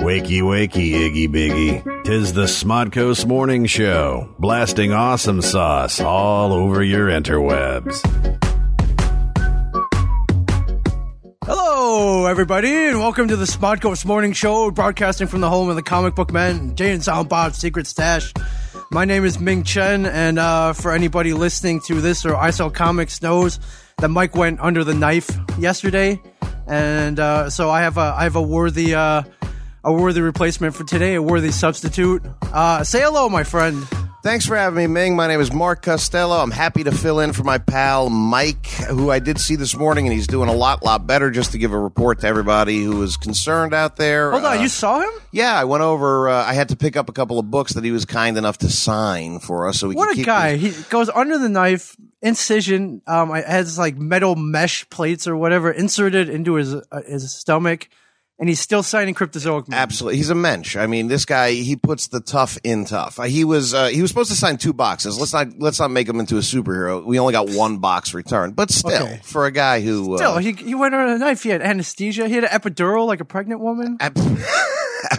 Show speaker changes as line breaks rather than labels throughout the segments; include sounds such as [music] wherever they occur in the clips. Wakey, wakey, Iggy Biggy. Tis the Smodcoast Morning Show, blasting awesome sauce all over your interwebs.
Hello, everybody, and welcome to the Smodcoast Morning Show, broadcasting from the home of the comic book men, Jay and Silent Bob's Secret Stash. My name is Ming Chen, and uh, for anybody listening to this or I Sell Comics knows that Mike went under the knife yesterday, and uh, so I have a I have a worthy uh, a worthy replacement for today, a worthy substitute. Uh, say hello, my friend.
Thanks for having me, Ming. My name is Mark Costello. I'm happy to fill in for my pal Mike, who I did see this morning, and he's doing a lot, lot better. Just to give a report to everybody who is concerned out there.
Hold on,
Uh,
you saw him?
yeah, I went over. Uh, I had to pick up a couple of books that he was kind enough to sign for us, so we
What
could
a
keep
guy!
these-
He goes under the knife, incision. Um, it has like metal mesh plates or whatever inserted into his uh, his stomach, and he's still signing cryptozoic. Man.
Absolutely, he's a mensch. I mean, this guy he puts the tough in tough. Uh, he was uh, he was supposed to sign two boxes. Let's not let's not make him into a superhero. We only got one box returned, but still,
Okay.
for a guy who uh,
Still, he he went under the knife. He had anesthesia. He had an epidural like a pregnant woman.
ab- [laughs]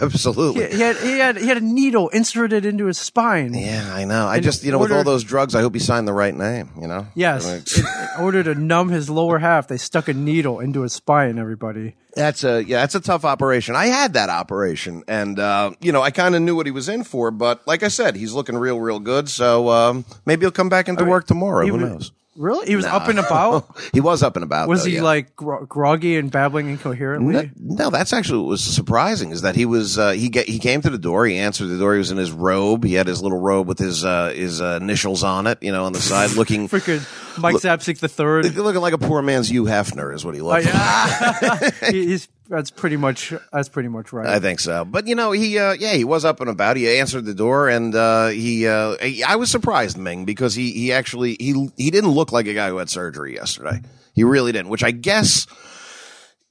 absolutely.
He, he had he had he had a needle inserted into his spine.
Yeah, I know. I just, you know, with all
ordered-
those drugs, I hope he signed the right name, you know?
Yes,
I mean,
in, in order to numb his lower half, they stuck a needle into his spine. Everybody,
that's a, yeah, that's a tough operation. I had that operation and, uh, you know, I kind of knew what he was in for, but like I said, he's looking real, real good. So, um, maybe he'll come back into work tomorrow.
he
Who
was-
knows?
really, he was up and about.
[laughs] He was up and about.
Was
though,
he
Oh, yeah.
like gro- groggy and babbling incoherently?
No, no, that's actually what was surprising is that he was uh, he get, he came to the door. He answered the door. He was in his robe. He had his little robe with his uh, his uh, initials on it, you know, on the side,
[laughs]
looking
Freaking Mike Zapsik the third.
looking like a poor man's Hugh Hefner is what he
Oh,
looked. like.
yeah. [laughs] He- he's that's pretty much that's pretty much right.
I think so. But you know, he uh, yeah, he was up and about. He answered the door, and uh, he uh, he- I was surprised, Ming, because he he actually he he didn't look like a guy who had surgery yesterday. He really didn't, which I guess.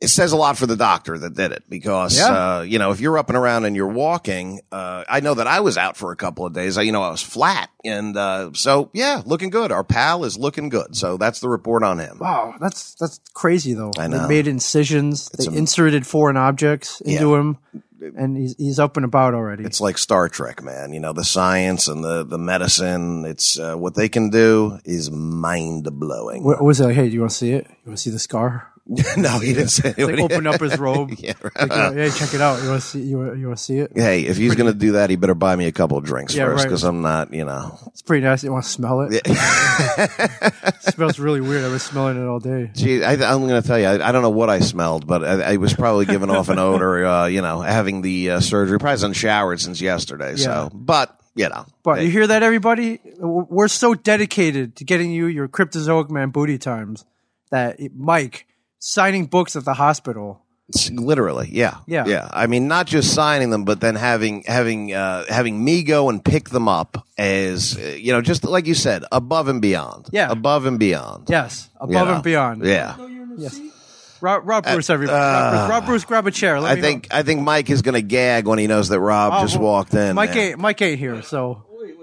It says a lot for the doctor that did it because,
Yeah.
uh, you know, if you're up and around and you're walking, uh, I know that I was out for a couple of days. I, you know, I was flat. And, uh, so yeah, looking good. Our pal is looking good. So that's the report on him.
wow, that's that's crazy though.
I
They
know.
made incisions. they
am-
inserted foreign objects into
Yeah.
him, and he's he's up and about already.
it's like Star Trek, man. You know, the science and the, the medicine, it's uh, what they can do is mind blowing.
What was it like? Hey, do you want to see it? You want to see the scar?
[laughs] no, he didn't say [laughs]
They opened up his robe.
Yeah,
Like, uh, hey, check it out. You want to see? You want, you want to see it?
Hey, if he's going to do that, he better buy me a couple of drinks
Yeah,
first
right.
because I'm not, you know.
It's pretty nice. You want to smell it? [laughs] it smells really weird. I've been smelling it all day.
Gee, I, I'm going to tell you, I, I don't know what I smelled, but I, I was probably giving off an [laughs] odor, uh, you know, having the uh, surgery. Probably hasn't showered since yesterday.
Yeah.
So, but, you know.
But
hey,
you hear that, everybody? W- We're so dedicated to getting you your cryptozoic man booty times that Mike signing books at the hospital.
S- Literally, yeah,
Yeah.
yeah. I mean, not just signing them, but then having having uh, having me go and pick them up as uh, you know, just like you said, above and beyond.
Yeah.
above and beyond.
Yes, above
you know?
and beyond.
Yeah, Uh,
Rob, Rob Bruce, everybody. Rob, Bruce, Rob Bruce, grab a chair. Let
I
me
think I think Mike is going to gag when he knows that Rob
Oh,
just walked in.
Mike
man.
ain't, Mike ain't here, so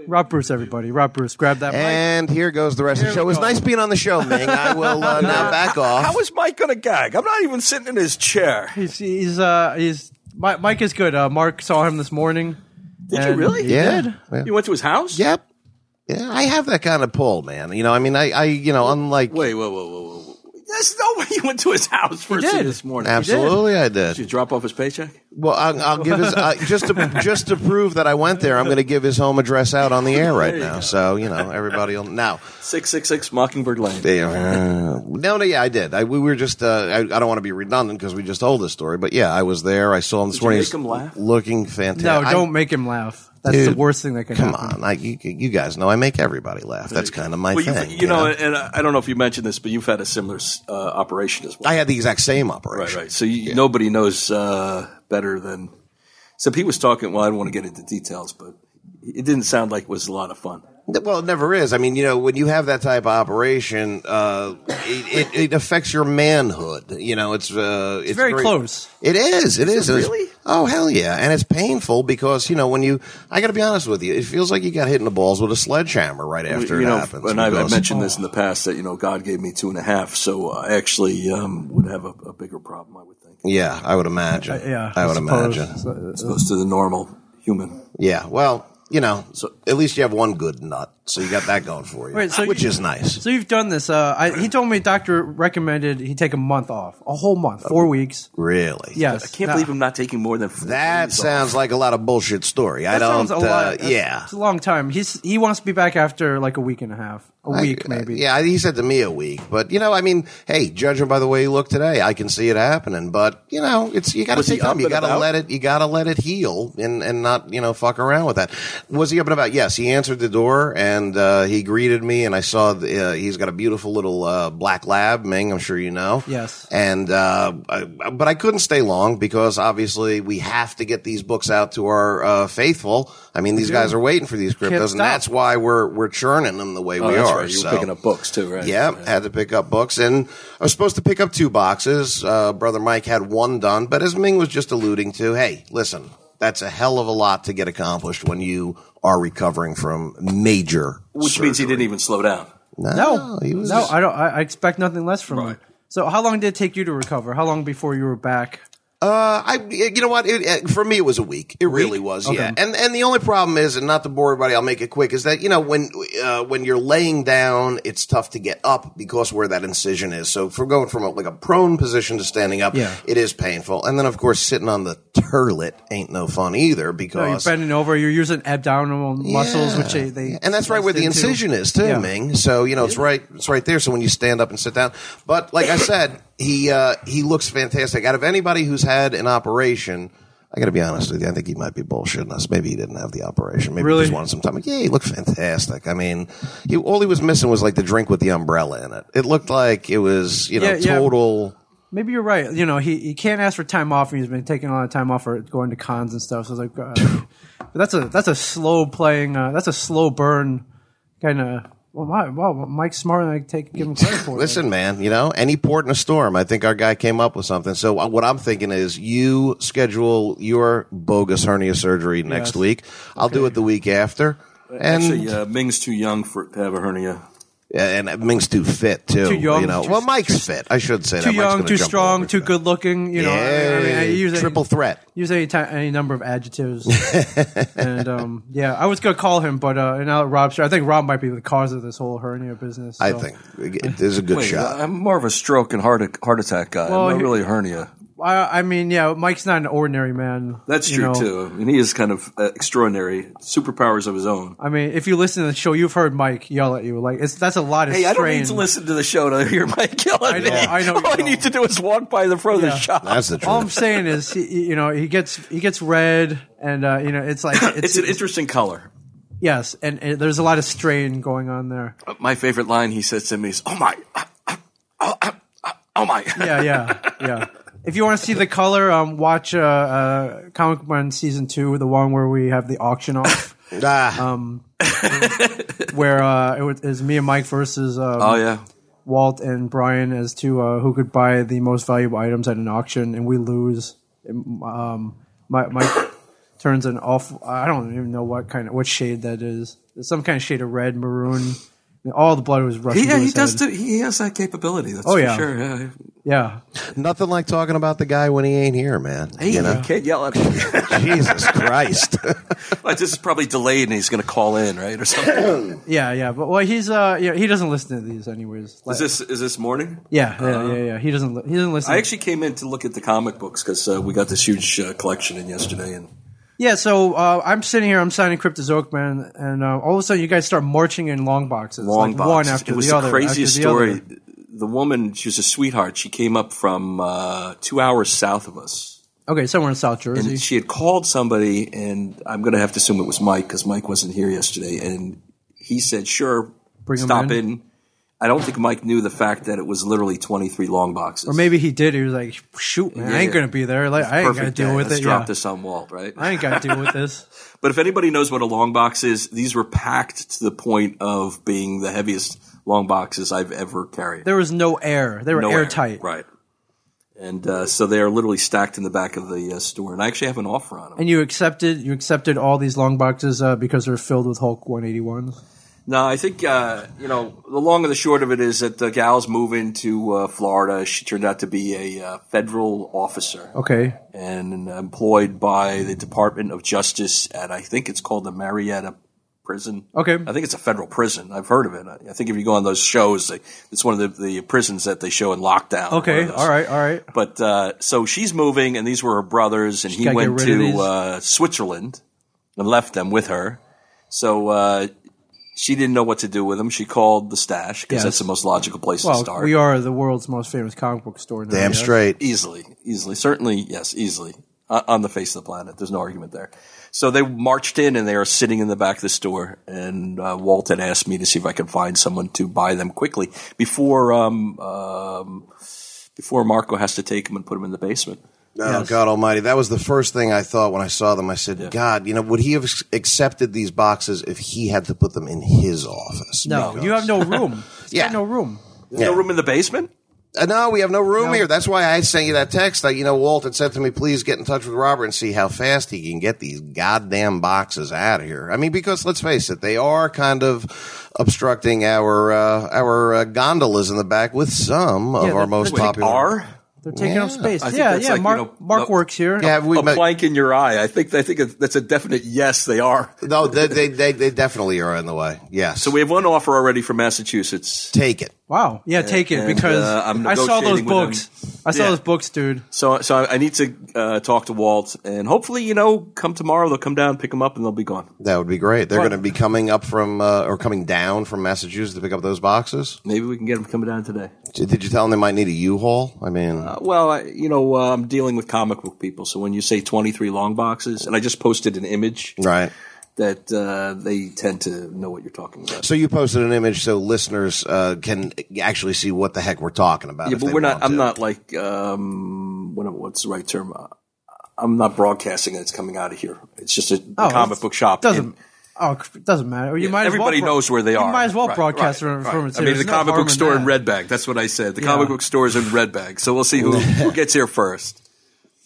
Rob Bruce, everybody. Rob Bruce, grab that mic.
and here goes the rest of the show. It was nice being on the show,
[laughs]
Ming. I will uh, now back off.
How is Mike going to gag? I'm not even sitting in his chair.
He's, he's, uh, he's, Mi- Mike is good. Uh, Mark saw him this morning.
Did you
And
really?
he
yeah.
did.
yeah.
You went to his house?
Yep. Yeah, I have that kind of pull, man. You know, I mean, I, I you know, unlike
Wait, whoa, whoa, whoa, whoa. whoa. There's no way you went to his house first thing
did.
this morning.
absolutely, I did.
Did you drop off his paycheck?
Well, I'll, I'll give his uh, just to just to prove that I went there. I'm going to give his home address out on the air right now, so you know everybody will now.
666 Mockingbird Lane.
They, uh, no, no, yeah, I did. I, we were just. Uh, I, I don't want to be redundant because we just told this story, but yeah, I was there. I saw him this
you
morning.
make
He's
him laugh?
Looking fantastic.
No,
I-
don't make him laugh. That's the
Dude,
worst thing that could
Come
happen.
on, I, you, you guys know I make everybody laugh. That's kind of my
Well,
thing.
you've, you know, and I I don't know if you mentioned this, but you've had a similar uh, operation as well.
I had the exact same
Right,
operation.
right. So you, nobody knows uh, better than. Except he was talking. Well, I don't want to get into details, but it didn't sound like it was a lot of fun.
Well, it never is. I mean, you know, when you have that type of operation, uh, it, it, it affects your manhood. You know, it's uh, it's,
very
very
close.
It is. It is. It was-
really?
Oh hell yeah! And it's painful because you know when you, I got to be honest with you, it feels like you got hit in the balls with a sledgehammer right after
you
it
know,
happens.
and I've, I've
because-
mentioned this
Oh.
in the past that you know God gave me two and a half, so uh, I actually um, would have a, a bigger problem, I would think,
Yeah, I would imagine.
Uh, Yeah,
I would
suppose.
imagine.
So, uh,
as opposed to the normal human.
Yeah, well, you know, so at least you have one good nut, so you got that going for you,
Wait, so
which
you-
is nice.
so you've done this. Uh, I, he told me doctor recommended he take a month off, a whole month, four weeks.
Really?
Yes,
I can't
Nah.
believe I'm not taking more than four
That
days off.
sounds like a lot of bullshit story.
That
I don't.
sounds a lot.
Uh,
That's-
yeah.
it's a long time. He's he wants to be back after like a week and a half, a week maybe.
uh, Yeah, he said to me a week, but you know, I mean, hey, judging by the way he looked today, I can see it happening. But you know, it's you got to
Was he
take time.
up
You
and
got to
about?
let it. You got to let it heal and and not you know fuck around with that. Was he up and about? Yes, he answered the door and uh, he greeted me, and I saw the, uh, he's got a beautiful little uh, black lab, Ming. I'm sure you know.
Yes.
And uh, I, but I couldn't stay long because obviously we have to get these books out to our uh, faithful. I mean, these guys are waiting for these cryptos, and
stop.
that's why we're we're churning them the way
Oh,
we
that's
are.
right. You
so-
were picking up books too, right?
Yeah, had to pick up books, and I was supposed to pick up two boxes. Uh, Brother Mike had one done, but as Ming was just alluding to, hey, listen, that's a hell of a lot to get accomplished when you are recovering from major.
which means he
surgery.
didn't even slow down.
No,
he was-
no, I don't. I, I expect nothing less from him.
Right.
So, how long did it take you to recover? How long before you were back?
Uh, I, you know what? It, uh, for me, it was a week. It really was. Yeah. And and the only problem is, and not to bore everybody, I'll make it quick. Is that you know when uh, when you're laying down, it's tough to get up because where that incision is. So for going from a, like a prone position to standing up,
Yeah.
it is painful. And then of course sitting on the turlet ain't no fun either
No, you're
because
bending over. You're using abdominal muscles, which they, they
and that's right where the
sliced into.
incision is too,
Yeah.
Ming. So you know it's right, it's right there. So when you stand up and sit down, but like I said, he uh, he looks fantastic. Out of anybody who's had an operation, I got to be honest with you, I think he might be bullshitting us. Maybe he didn't have the operation. Maybe
Really?
he just wanted some time. Yeah, he looked fantastic. I mean, he, all he was missing was like the drink with the umbrella in it. It looked like it was you know
Yeah, yeah.
total.
Maybe you're right. You know, he, he can't ask for time off, and he's been taking a lot of time off for going to cons and stuff. So it's like, uh, but that's a that's a slow playing. Uh, that's a slow burn kind of. Well, my, well, Mike's smarter than I take give him credit for.
Listen, man, you know, any port in a storm. I think our guy came up with something. So uh, what I'm thinking is you schedule your bogus hernia surgery next
Yes.
week. I'll do it the week after. And
Actually, uh, Ming's too young for to have a hernia.
and Ming's too fit too.
Too young,
you know.
too-
well, Mike's fit. I should say that.
too
Mike's
young,
gonna
too
jump
strong,
over
too
that.
good looking. You know, I mean, I
Yeah,
use any-
triple threat.
Use any ti any number of
[laughs]
adjectives, and um, yeah, I was gonna call him, but uh, and now that Rob's here, I think Rob might be the cause of this whole hernia business.
I
so. uh,
think it is a good
Wait,
shot.
I'm more of a stroke and heart heart attack guy.
Well,
I'm
he-
not really a hernia.
I, I mean, yeah, Mike's not an ordinary man.
That's
you
true
know.
too. I mean, he is kind of uh, extraordinary, superpowers of his own.
I mean, if you listen to the show, you've heard Mike yell at you. Like, it's that's a lot of
Hey, I don't
strain.
need to listen to the show to hear [laughs] Mike killing
know,
me.
I know you
All I
don't.
need to do is walk by the front
Yeah.
of the shop.
That's the truth.
All I'm saying is, he, you know, he gets he gets red, and uh, you know, it's like
it's an interesting color.
yes, and, and there's a lot of strain going on there.
My favorite line he says to me is, "Oh my, oh, oh, oh, oh my."
yeah, yeah, yeah. If you want to see the color, um, watch uh, uh, Comic Book Man season two, the one where we have the auction off,
Ah,
um, where uh, it was, it was me and Mike versus um,
[laughs] Oh yeah.
Walt and Brian as to uh, who could buy the most valuable items at an auction, and we lose. Um, my [coughs] Mike turns an off. I don't even know what kind of what shade that is. It's some kind of shade of red, maroon. All the blood was rushing.
Yeah,
to
he
his
does.
head.
do- he has that capability. That's
Oh,
for
yeah.
sure. Yeah.
yeah,
nothing like talking about the guy when he ain't here, man.
Hey,
you know,
can't yell at him.
[laughs]
[laughs]
Jesus
[laughs]
Christ.
Like, this is probably delayed, and he's going to call in, right, or something.
[coughs] yeah, yeah. But well, he's uh, yeah, he doesn't listen to these anyways. Like-
is this is this morning?
Yeah, yeah, yeah, yeah. He doesn't. Li- he doesn't listen.
Uh-huh. I actually came in to look at the comic books because uh, we got this huge uh, collection in yesterday, and
yeah. So uh, I'm sitting here. I'm signing Cryptozoic Man, and uh, all of a sudden you guys start marching in long boxes,
long
like
boxes.
one after
it was
the other.
craziest
after the
story.
other.
The woman, she was a sweetheart. She came up from uh, two hours south of us.
Okay, somewhere in South Jersey.
and she had called somebody, and I'm going to have to assume it was Mike because Mike wasn't here yesterday. And he said, "Sure,
Bring 'em
stop
in."
in." I don't think Mike knew the fact that it was literally 23 long boxes.
or maybe he did. He was like, "Shoot, man, I ain't
Yeah.
gonna be there. Like, I ain't gonna
perfect
deal
day.
with
Let's
it.
drop
Yeah.
this on Walt, right?
I ain't gotta deal
[laughs]
with this."
But if anybody knows what a long box is, these were packed to the point of being the heaviest long boxes I've ever carried.
There was no air. They were
No air.
airtight.
right? and uh, so they are literally stacked in the back of the uh, store. And I actually have an offer on them.
And you accepted you accepted all these long boxes uh, because they're filled with Hulk 181s.
No, I think uh, you know the long and the short of it is that the gal's moving to uh, Florida. She turned out to be a uh, federal officer
Okay,
and employed by the Department of Justice at I think it's called the Marietta Prison.
okay,
I think it's a federal prison. I've heard of it. I I think if you go on those shows, they, it's one of the, the prisons that they show in lockdown. One
okay.
of those.
All right, all right.
But uh, so she's moving, and these were her brothers, and he
gotta get
went
rid of these.
to uh, Switzerland and left them with her. So uh, she didn't know what to do with them. She called the stash because
Yes.
that's the most logical place to
Well,
start.
we are the world's most famous comic book store. Now,
Damn
yes.
straight.
easily, easily, certainly, yes, easily uh, on the face of the planet. There's no argument there. So they marched in, and they are sitting in the back of the store. And uh, Walt had asked me to see if I could find someone to buy them quickly before um, um, before Marco has to take them and put them in the basement.
Oh
Yes.
God Almighty! That was the first thing I thought when I saw them. I said, "God, you know, would he have s- accepted these boxes if he had to put them in his office?"
No, you have no
[laughs]
room. It's
Yeah.
got no room.
Yeah.
No room in the basement.
Uh, no, we have no room here. That's why I sent you that text. I, you know, Walt had said to me, please get in touch with Robert and see how fast he can get these goddamn boxes out of here. I mean, because let's face it, they are kind of obstructing our uh, our uh, gondolas in the back with some of
Yeah,
our
they're-
most
they're
popular.
Are
They're taking up
Yeah.
space.
I think
Yeah,
that's
yeah.
like, you
Mark,
know,
Mark
the-
works here.
Yeah, have we
a
met-
plank in your eye? I think I think that's a definite yes. They are.
no, they, they, they, they definitely are in the way. Yes.
So we have one offer already from Massachusetts.
take it.
Wow. Yeah, take it
and,
because
uh, I'm
I saw those
negotiating with
books. I saw
Yeah.
those books, dude.
So so I I need to uh, talk to Walt, and hopefully you know come tomorrow they'll come down, pick them up, and they'll be gone.
That would be great. They're
Right.
going to be coming up from uh, or coming down from Massachusetts to pick up those boxes.
Maybe we can get them coming down today.
Did did you tell them they might need a U-Haul? I mean,
Uh, well, I, you know uh, I'm dealing with comic book people, so when you say 23 long boxes, and I just posted an image
right.
that uh, they tend to know what you're talking about.
So you posted an image so listeners uh, can actually see what the heck we're talking about.
Yeah,
if
but
they
we're not.
want
I'm
to.
not like um, what, what's the right term? Uh, I'm not broadcasting that it's coming out of here. It's just a, a
Oh,
comic book shop.
Doesn't.
And
Oh, c- doesn't matter. You might as
everybody
well bro-
knows where they are.
You might as well
Right,
broadcast
right,
from,
right.
from it.
I mean,
There's
the
no
comic
harm
book store in
that.
Red Bank. That's what I said. The comic book store is in Red Bank. So we'll see who, who gets here first.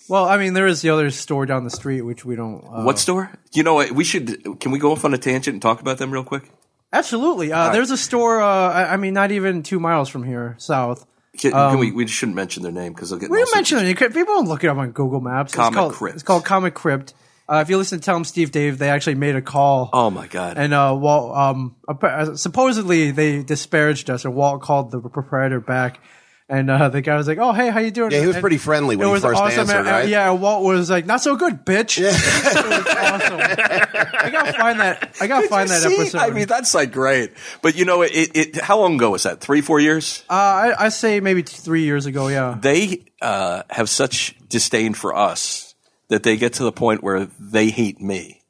Well, I mean, there is the other store down the street, which we don't. Uh,
What store? You know, what? we should. Can we go off on a tangent and talk about them real quick?
Absolutely. Uh, There's a store. Uh, I, I mean, not even two miles from here, south.
Can, can we? We shouldn't mention their name because they'll get.
We didn't
lawsuits.
Um, mention it. You could- People don't look it up on Google Maps.
Comic
it's called,
Crypt.
It's called Comic Crypt. Uh, if you listen to Tell 'em Steve Dave, they actually made a call.
Oh my god!
And uh, Walt, um, appa- supposedly they disparaged us, or Walt called the proprietor back, and uh, the guy was like, "Oh, hey, how you doing?"
Yeah, he was
And
pretty friendly when
it
he
was
first
awesome.
answered,
and, uh,
right?
Yeah, and Walt was like, "Not so good, bitch." it was awesome. I gotta find that. I gotta find that
[laughs] See?
episode.
I mean, that's like great. But you know, it, it. How long ago was that? Three, four years?
uh, I, I say maybe t- three years ago. Yeah,
they uh, have such disdain for us that they get to the point where they hate me.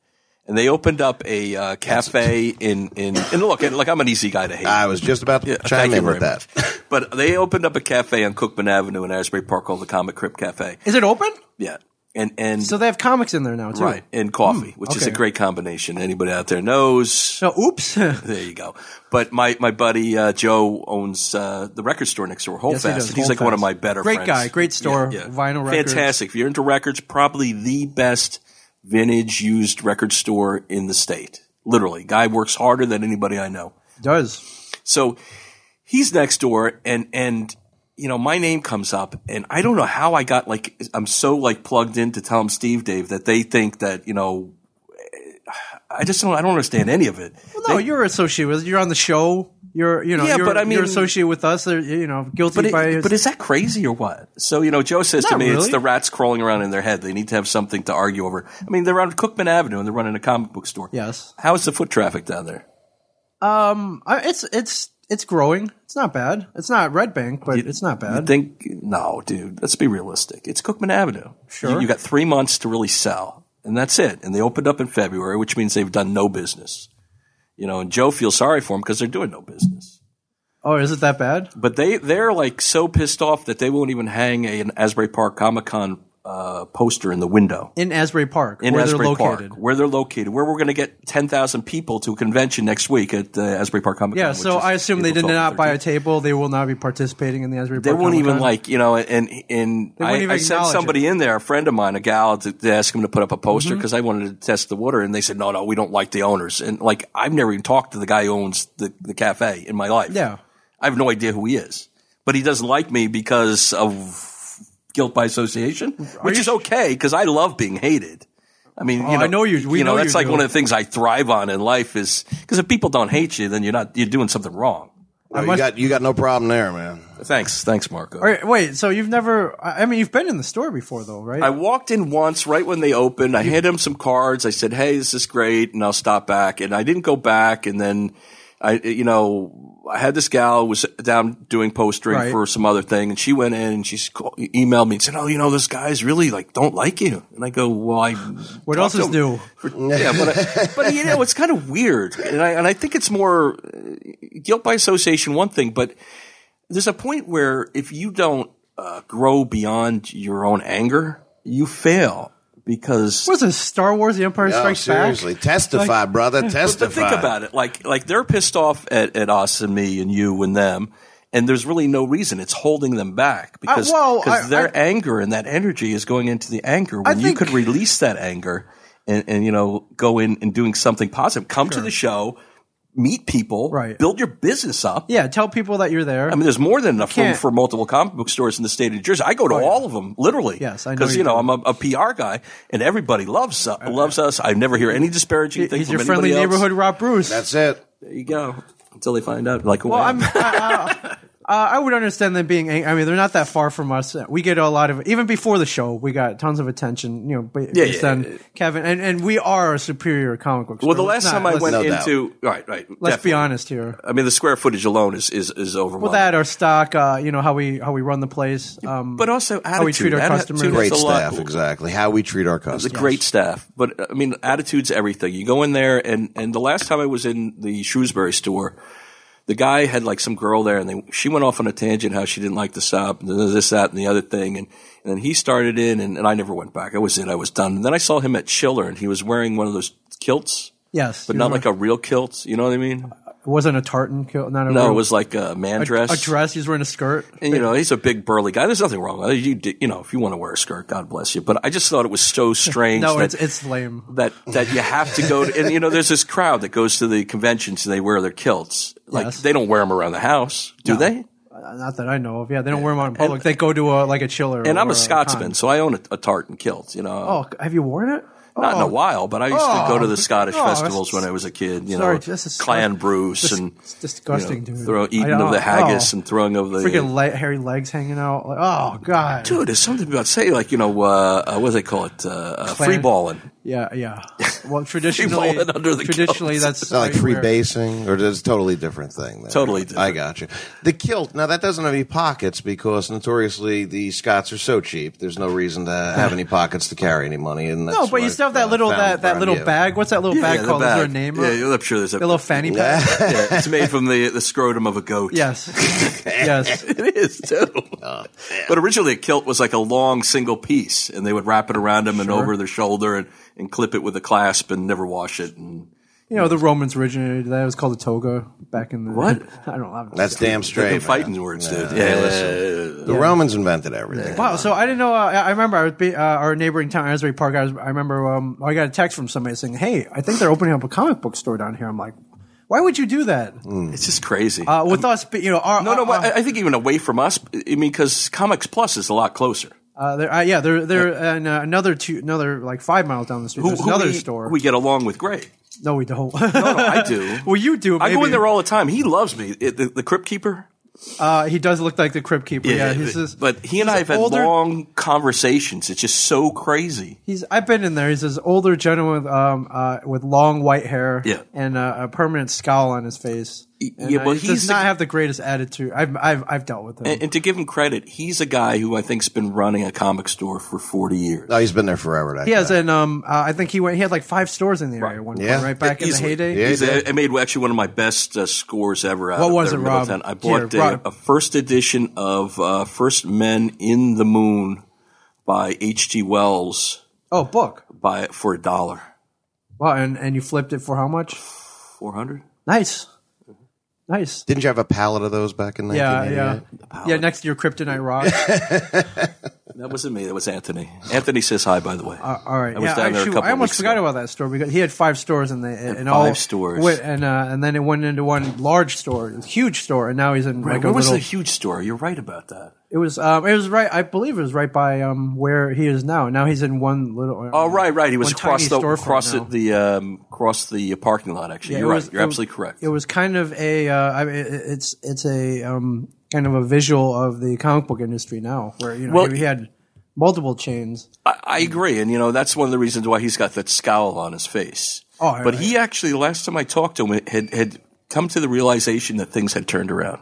And they opened up a uh, cafe in, in and look and look I'm an easy guy to hate.
I was just about to
Yeah,
chime
thank you
in Uh, with
very
that. [laughs]
much. But they opened up a cafe on Cookman Avenue in Asbury Park called the Comic Crib Cafe.
is it open?
Yeah, and and
So they have comics in there now too.
right and coffee,
Hmm,
which is a
okay.
great combination. Anybody out there knows
So oops. [laughs]
there you go. But my my buddy uh, Joe owns uh, the record store next door, Whole
Yes, he
Fast.
does,
and he's
Whole
like one of
Fast.
my better
Great
friends.
guy, great store, vinyl records.
fantastic. If you're into records, probably the best vintage used record store in the state. Literally, guy works harder than anybody I know.
Does
So he's next door and and you know my name comes up and I don't know how I got like I'm so like plugged in to tell him Steve Dave that they think that you know I just don't I don't understand any of it.
no? you're associated with. You're on the show. You're you know.
Yeah,
you're,
but I mean-
you're associated with us. They're, You know, guilty
But, it-
by.
but is that crazy or what? So, you know, Joe says to
Not
me, it's
really.
the rats crawling around in their head. They need to have something to argue over. I mean, they're on Cookman Avenue and they're running a comic book store.
yes.
How is the foot traffic down there?
I, it's it's it's growing. It's not bad. It's not Red Bank, but it's not
I
bad.
think, no, dude, let's be realistic. It's Cookman Avenue.
Sure.
You, you got three months to really sell, and that's it. And they opened up in February, which means they've done no business. You know, and Joe feels sorry for them because they're doing no business.
oh, is it that bad?
But they, they're like so pissed off that they won't even hang a, an Asbury Park Comic Con uh, poster in the window
in Asbury Park,
in
where
Asbury
they're
Park,
located.
where they're located, where we're going to get 10,000 people to a convention next week at uh, Asbury Park Comic Con.
Yeah,
which
so
is
I assume they did
April 12th
not
and
buy
13th.
a table. They will not be participating in the Asbury
They
Park.
won't even
Comic-Con.
like you know, and and
wouldn't
I,
even
I sent
acknowledge
somebody in there, a friend of mine, a gal, to, to ask him to put up a poster
Mm-hmm.
because I wanted to test the water, and they said, no, no, we don't like the owners, and like I've never even talked to the guy who owns the, the cafe in my life.
Yeah.
I have no idea who he is, but he doesn't like me because of guilt by association, which
you Oh,
is okay because I love being hated. I mean, you know,
I know you- we
you know,
know
that's
you
like
do.
one of the things I thrive on in life is because if people don't hate you, then you're not you're doing something wrong.
No, you
must-
got you got no problem there, man.
Thanks, thanks, Marco.
All right, wait, so you've never? I I mean, you've been in the store before, though, right?
I walked in once right when they opened. I handed him some cards. I said, "Hey, this is great," and I'll stop back. And I didn't go back. And then I, you know, I had this gal who was down doing postering
Right.
for some other thing, and she went in and she s- call- emailed me and said, "Oh, you know, this guy's really like don't like you." And I go, "Well, I
what else
talked to
is
him
new?
for- yeah, but, I, but you know, it's kind of weird, and I and I think it's more uh, guilt by association, one thing, but there's a point where if you don't uh, grow beyond your own anger, you fail because.
Was this Star Wars: The Empire
No,
Strikes Back?
seriously, testify, brother,
But
testify.
think about it, like like they're pissed off at, at us and me and you and them, and there's really no reason. It's holding them back because
well,
because
I-
their
I-
anger and that energy is going into the anger when you
think-
could release that anger and, and you know go in and doing something positive. Come to the show, meet people,
Right.
Build your business up.
Yeah, tell people that you're there.
I mean, there's more than enough room
can't- Oh,
for multiple comic book stores in the state of New Jersey. I go to all of them, literally.
Yes, I know
Because
you
you know
do.
I'm a, a PR guy, and everybody loves uh, loves us. I never hear any disparaging thing
He's
from
your
anybody
friendly
else.
neighborhood Rob Bruce.
That's it.
There you go. Until they find out, like,
well, I'm, I, I, I would understand them being. ang- I mean, they're not that far from us. We get a lot of even before the show, we got tons of attention. You know, ba-
Yeah,
based
yeah,
on
yeah, yeah.
Kevin, and, and we are a superior comic book.
well, the
store. Let's
last time
not-
I
let's-
went
No doubt.
into, right, right.
let's
definitely.
be honest here.
I mean, the square footage alone is is is overwhelming.
Well, that our stock, uh, you know how we how we run the place. Um,
but also attitude.
we treat our
Attitude
customers.
is
Great
a lot-
staff, exactly. How we treat our customers.
It's a great staff, but I mean, attitude's everything. You go in there, and and the last time I was in the Shrewsbury store, the guy had like some girl there, and they, she went off on a tangent how she didn't like the shop, and this, that, and the other thing, and and then he started in, and, and I never went back. I was in, I was done. And then I saw him at Schiller, and he was wearing one of those kilts,
yes,
but
you
not
remember-
like a real kilt. You know what I mean?
it wasn't a tartan. Kill, not a
No,
real-
it was like a man dress.
A dress. He's wearing a skirt.
And you know, he's a big burly guy. There's nothing wrong with it. You, d- you know, if you want to wear a skirt, God bless you. But I just thought it
[laughs]
was so strange
No,
that,
it's it's lame.
that that you have to go to. And you know, there's this crowd that goes to the conventions and they wear their kilts. Like
Yes.
they don't wear them around the house, do they?
Uh, Not that I know of. Yeah, they don't wear them out in public. they go to a like a chiller.
And I'm
or
a Scotsman, so I own a, a tartan kilt. You know,
con. Oh, have you worn it?
not in a
Oh.
while, but I used to go to the Scottish
Oh, that's-
festivals when I was a kid. You
Sorry,
know,
this is-
Clan Bruce
Dis-
and
it's disgusting, dude.
throw
I
eating of
don't-
the haggis
oh.
and throwing of the
freaking le- hairy legs hanging out. Like, oh god,
Dude, there's something about say like you know uh, uh, what do they call it? Uh, uh, free balling.
yeah,
[laughs]
yeah. Well, traditionally,
rolling under the
traditionally
coats.
that's
It's not like free
where-
basing, or it's a totally different thing. there.
Totally different.
I got you. The kilt. Now that doesn't have any pockets because notoriously the Scots are so cheap. There's no reason to have
[laughs]
any pockets to carry any money. And that's
No, but
what
you still have
I
that little
found
that, that
from
little
you. [laughs]
bag. What's that little bag
the
called? Is there a
bag.
name?
Yeah, I'm sure there's a
a little fanny pack.
yeah, it's made from the the scrotum of a goat.
Yes,
[laughs]
yes.
[laughs] It
[laughs]
is too.
Oh,
but originally, a kilt was like a long single piece, and they would wrap it around them and over their shoulder and, and clip it with a clasp and never wash it. And
You know the Romans originated that. It was called a toga back in the
What?
[laughs] I don't know.
That's damn
They're
straight. man.
fighting words, dude.
Yeah,
Yeah,
listen. The Romans invented everything.
Wow, so I didn't know. Uh, I I remember I was be, uh, our neighboring town, Asbury Park. I, was, I remember um, I got a text from somebody saying, "Hey, I think they're opening up a comic book store down here." I'm like, "Why would you do that?"
it's just crazy.
Uh, with us, be- you know, our,
Mm. no, no,
uh,
but I, I think even away from us, I mean, because Comics Plus is a lot closer.
uh, they're, uh, yeah, they're they're and, uh, another two, another like five miles down the street. There's another
we,
store.
we get along with great.
no, we don't. [laughs]
No, no, I do.
well, you do.
I go
maybe.
in there all the time. He loves me. It- the, the Crypt Keeper.
Uh, he does look like the crib keeper. Yeah, he's
but,
just,
but he and I have had
older-
long conversations. It's just so crazy.
He's. I've been in there. He's this older gentleman with um uh with long white hair.
Yeah.
And uh, a permanent scowl on his face. And,
yeah,
uh,
well,
he
he's
does
the-
not have the greatest attitude. I've I've I've dealt with him.
And, and to give him credit, he's a guy who I think's been running a comic store for 40 years.
No, Oh, he's been there forever. That
he has
guy.
an um. Uh, I think he went. He had like five stores in the area at one
Yeah.
point, right back in the
Easily.
heyday.
Yeah,
He's-
he did.
I made actually one of my best uh, scores ever. Out
What
of
was
there
it,
in
Rob?
Middletown. I
Here,
bought the-
Rob.
a first edition of uh, First Men in the Moon by H.G. Wells
Oh, book.
by for a dollar.
Wow, and, and you flipped it for how much?
400?
Nice.
Mm-hmm.
Nice.
Didn't you have a pallet of those back in
Yeah,
1988?
yeah. Yeah, next to your kryptonite
[laughs]
rock.
That wasn't me. That was Anthony. Anthony says hi, by the way.
Uh, all right.
I was
yeah,
down
I,
there a
shoot,
couple
I almost
weeks
forgot
ago.
about that store because he had five stores in the and, all
five stores.
went- and uh, and then it went into one large store, a huge store, and now he's in
Right,
like a
where was
little.
the huge store? You're right about that.
it was um, it was right. I believe it was right by um where he is now. Now he's in one little. uh,
Oh, right, right. He was
one
across
tiny
the
storefront
across the,
now.
the um, across the parking lot. Actually,
Yeah,
you're
it
right.
was-
you're
it-
absolutely correct.
It was kind of a uh, I mean, it- it's it's a um kind of a visual of the comic book industry now, where you know
Well-
he had multiple chains.
I, I agree, and you know that's one of the reasons why he's got that scowl on his face.
Oh, I-
but he actually last time I talked to him had had come to the realization that things had turned around.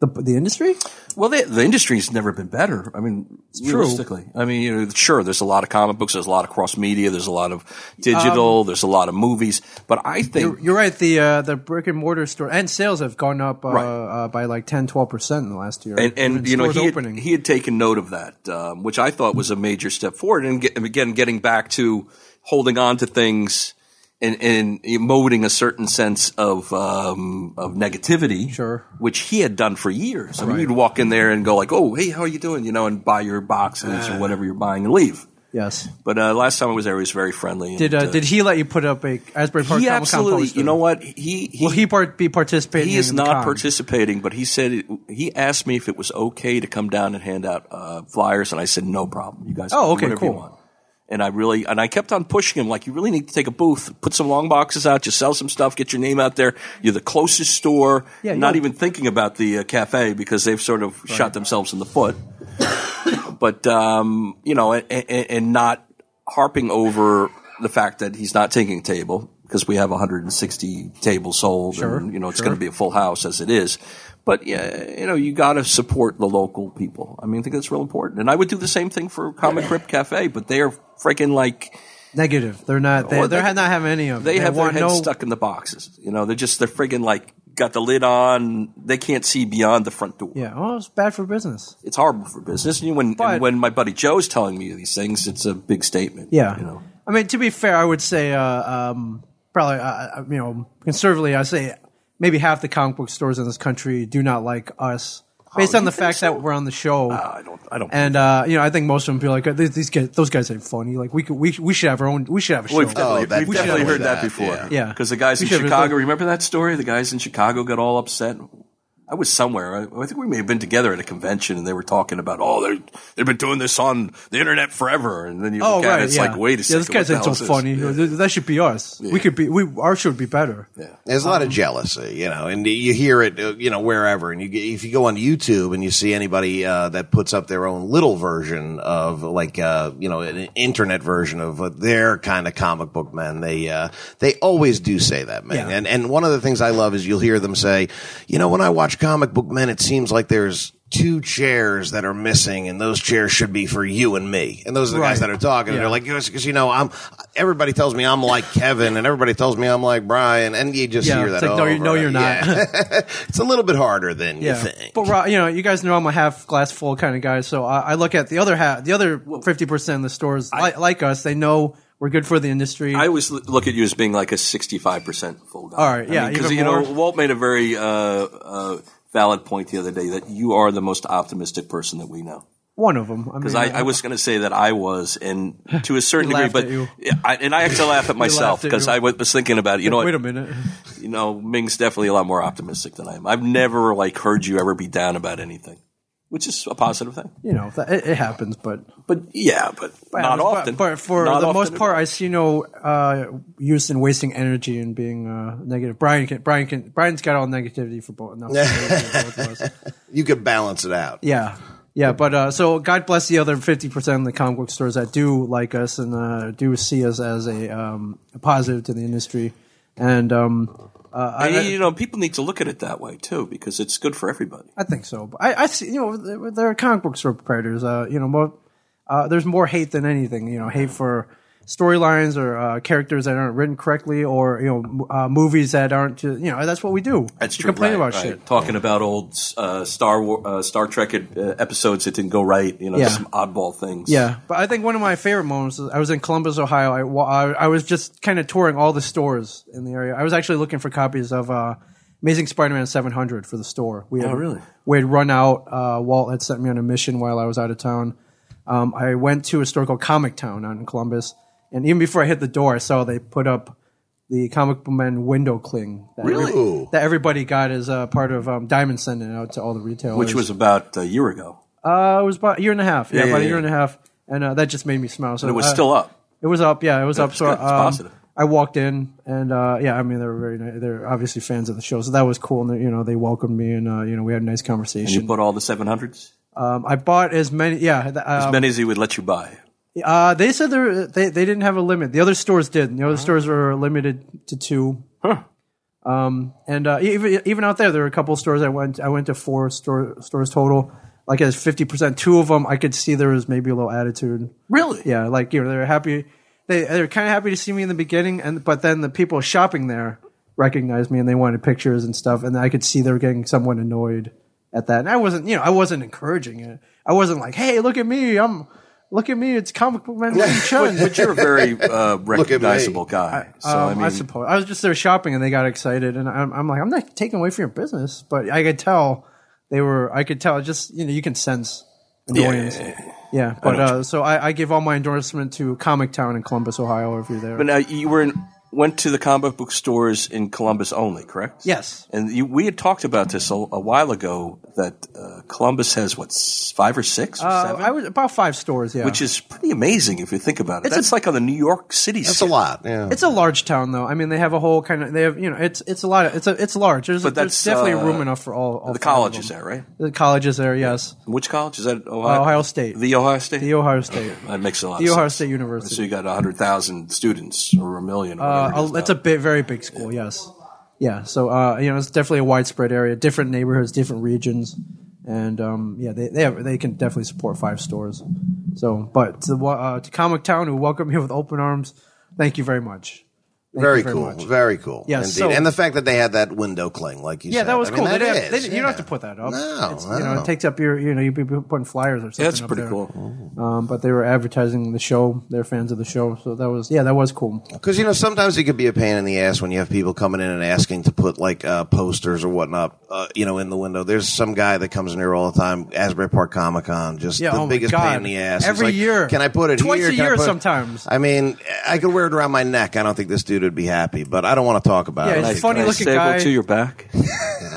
The the industry.
Well, the, the industry's never been better. I mean, realistically, I mean, you know, sure, there's a lot of comic books, there's a lot of cross media, there's a lot of digital, there's a lot of movies, but I think
You're right. The uh, the brick and mortar store and sales have gone up uh,
Right.
uh, by like 10, 12 percent in the last year.
and, and you know
stores
he had,
opening.
he had taken note of that, um, which I thought was a major step forward. And, get, and again, getting back to holding on to things and, and emoting a certain sense of um, of negativity,
Sure.
which he had done for years. I mean, you'd walk in there and go like, "Oh, hey, how are you doing?" You know, and buy your boxes
Ah.
or whatever you're buying and leave.
yes.
But uh, last time I was there, he was very friendly.
Did uh, did he let you put up a Asbury Park?
he
Comic-Con
absolutely?
poster?
You know what? He he.
Will he part, be participating?
he is
in the
not
con?
participating, but he said it, he asked me if it was okay to come down and hand out uh, flyers, and I said no problem. You guys,
Oh,
do
okay,
whatever You
cool.
want. And I really and I kept on pushing him like you really need to take a booth, put some long boxes out, just sell some stuff, get your name out there. You're the closest store.
Yeah,
not
you'll-
even thinking about the uh, cafe because they've sort of shot themselves in the foot. but um, you know, and, and, and not harping over the fact that he's not taking a table because we have 160 tables sold, and you know it's going to be a full house as it is. But yeah, you know, you got to support the local people. I mean, I think that's real important. And I would do the same thing for Comic Crypt Cafe, but they are freaking like
Negative. They're not. They,
Well,
they're
they-
not having any of. it.
they, have their
want
heads
no,
stuck in the boxes. You know, they're just they're friggin' like got the lid on. They can't see beyond the front door.
Yeah. Well, it's bad for business.
It's horrible for business. And when and
But-
when my buddy Joe's telling me these things, it's a big statement.
Yeah.
you know.
I mean, to be fair, I would say uh, um, probably uh, uh, you know conservatively, I say maybe half the comic book stores in this country do not like us based
Oh, you
on the
think
fact
so?
that we're on the show.
I don't. I don't.
and uh, you know, I think most of them feel like "Oh, these, these guys, those guys ain't funny. Like we could, we, we should have our own. We should have a show.
We've definitely,
Oh, that
we've definitely
definitely
heard that,
that,
before.
yeah.
Yeah.
Because the guys in
We should have
Chicago,
done-
remember that story? The guys in Chicago got all upset. I was somewhere. I, I think we may have been together at a convention, and they were talking about, oh, they're, they've been doing this on the internet forever. And then you
oh
look at
right,
it, it's
yeah.
like, wait a
yeah,
second.
Those guys
what
ain't so
the hell is this?
funny.
Yeah.
Th- That should be us. We could be. We our show would be better.
There's a lot of jealousy, you know, and you hear it, uh, you know, wherever. And you, get- if you go on YouTube and you see anybody uh, that puts up their own little version of, like, uh, you know, an internet version of uh, their kind of comic book men, they uh, they always do say that, man.
Yeah.
And and one of the things I love is you'll hear them say, you know, when I watch comic book men, it seems like there's two chairs that are missing, and those chairs should be for you and me. And those are the guys
Right.
that are talking. And
Yeah.
they're like because you know I'm. Everybody tells me I'm like Kevin, and everybody tells me I'm like Brian, and you just
Yeah,
hear
it's
that.
like, no, you-
over
no,
and-
you're not. [laughs]
yeah. [laughs] it's a little bit harder than you think.
But Rob, you know, you guys know I'm a half glass full kind of guy, so I, I look at the other half, the other fifty percent of the stores li- like us. They know we're good for the industry.
I always l- look at you as being like a 65% full guy.
All right, yeah,
Because,
even
you know,
more.
Walt made a very uh, uh, valid point the other day that you are the most optimistic person that we know.
One of them,
because I, I was going to say that I was, and to
[laughs]
a certain degree,
laughed
but
at you.
Yeah, I, and I have to
[laughs]
laugh at myself
laughed at
because
you.
I wa- was thinking about it, you know
Wait a
what,
minute.
you know Ming's definitely a lot more optimistic than I am. I've never like heard you ever be down about anything, which is a positive thing.
You know, that, it, it happens, but
But yeah, but not
but,
often.
But for
Not
the
often
most
at
part,
all.
I see no uh, use in wasting energy and being uh, negative. Brian can, Brian can, Brian's got all negativity for both. Not for both of us.
[laughs]
You could balance it out.
Yeah. Yeah, but uh, so God bless the other fifty percent of the comic book stores that do like us and uh, do see us as a, um, a positive to the industry, and um, uh, I,
And,
I,
you know, people need to look at it that way too because it's good for everybody.
I think so. But I, I see, you know, there- there are comic book store proprietors. Uh, you know, more, uh, there's more hate than anything. You know, hate for storylines or uh, characters that aren't written correctly, or you know, m- uh, movies that aren't. ju- You know, that's what we do.
That's
We
true.
Complain
right,
about
right.
shit.
Talking about old uh, Star War, uh, Star Trek uh, episodes that didn't go right. You know,
Yeah.
some oddball things.
Yeah, but I think one of my favorite moments is I was in Columbus, Ohio. I, wa- I, I was just kind of touring all the stores in the area. I was actually looking for copies of uh, Amazing Spider-Man 700 for the store. We had,
Oh, really?
We had run out. Uh, Walt had sent me on a mission while I was out of town. Um, I went to a store called Comic Town out in Columbus, and even before I hit the door, I saw they put up the Comic Book Man window cling that,
Really?
every- that everybody got as uh, part of um, Diamond sending out to all the retailers.
which was about a year ago.
Uh, it was about a year and a half. Yeah,
Yeah,
about a
yeah,
year and
yeah.
a half, and uh, that just made me smile. So
It was
uh,
still up.
It was up. Yeah, it was up.
it's
So
good. It's
um,
positive.
I walked in, and uh, yeah, I mean they were very nice. They're obviously fans of the show, so that was cool. And they, you know they welcomed me, and uh, you know we had a nice
You
conversation.
put all the seven hundreds,
um, I bought as many. Yeah, th-
as
um,
many as he would let you buy.
uh, they said there- they they didn't have a limit. The other stores did. The other
Ah.
stores were limited to two. Um, and uh, even even out there, there were a couple of stores I went. I went to four store, stores total. Like as fifty percent, two of them I could see there was maybe a little attitude.
Really?
Yeah, like you know, they were happy. They they were kind of happy to see me in the beginning, and but then the people shopping there recognized me and they wanted pictures and stuff, and I could see they were getting somewhat annoyed at that. And I wasn't, you know, I wasn't encouraging it. I wasn't like, "Hey, look at me! I'm look at me! It's comic book man Mike Chun."
[laughs] But you're
[laughs]
a very uh, recognizable guy. So
Um, I,
I mean,
suppose I was just there shopping and they got excited, and I'm, I'm like, I'm not taking away from your business, but I could tell they were. I could tell just you know you can sense
yeah,
annoyance.
yeah,
Yeah,
yeah, yeah.
but
know what
uh, so I, I give all my endorsement to Comic Town in Columbus, Ohio, if you're there.
But now you were in, went to the comic book stores in Columbus only, correct?
Yes.
And you, we had talked about this a, a while ago that uh, Columbus has what s- five or six or
Uh,
seven,
I was about five stores. Yeah,
which is pretty amazing if you think about it.
It's a-
that's like on the New York City.
That's a
scale.
lot. Yeah.
it's a large town though. I mean, they have a whole kind of they have you know it's it's a lot. Of, it's a it's large. There's,
But
there's
that's,
definitely
uh,
room enough for all. all
The
five of
college is
them.
there, right?
The college is there. Yes,
Which college is that? Ohio,
Ohio State,
The Ohio State.
the Ohio
[laughs]
State,
that makes a lot.
the
of
Ohio
sense.
State University.
So you got hundred thousand students or a million. Or whatever it
Uh,
is
that's
now.
a big, very big school. Yes, yeah. So uh, you know, it's definitely a widespread area, different neighborhoods, different regions, and um, yeah, they they, have, they can definitely support five stores. So, but to, the wa- uh, to Comic Town, who welcomed me with open arms, thank you very much. Thank
very,
you very
cool.
much.
Very cool.
Yeah,
Indeed.
so-
and the fact that they had that window cling, like you
Yeah,
said.
that was
I mean,
cool.
that
they didn't have-
is,
they didn't- You don't
yeah.
have to put that up.
No,
It's- you know,
no.
it takes up your. You know, you'd be putting flyers or something.
that's
up
pretty
there.
cool.
Um, but they were advertising the show. They're fans of the show, so that was yeah, that was cool.
Because you know sometimes it could be a pain in the ass when you have people coming in and asking to put like uh, posters or whatnot, uh, you know, in the window. There's some guy that comes in here all the time, Asbury Park Comic Con, just
Yeah,
the
oh my
biggest
God.
pain in the ass. It's
Every
like,
year.
can I put it
Twice
here?
a
Can I
year
put it-"
sometimes.
I mean, I could wear it around my neck. I don't think this dude would be happy, but I don't want to talk about
Yeah,
it.
it's
I think- [laughs]
funny
Can I
looking
stab one
guy.
to your back.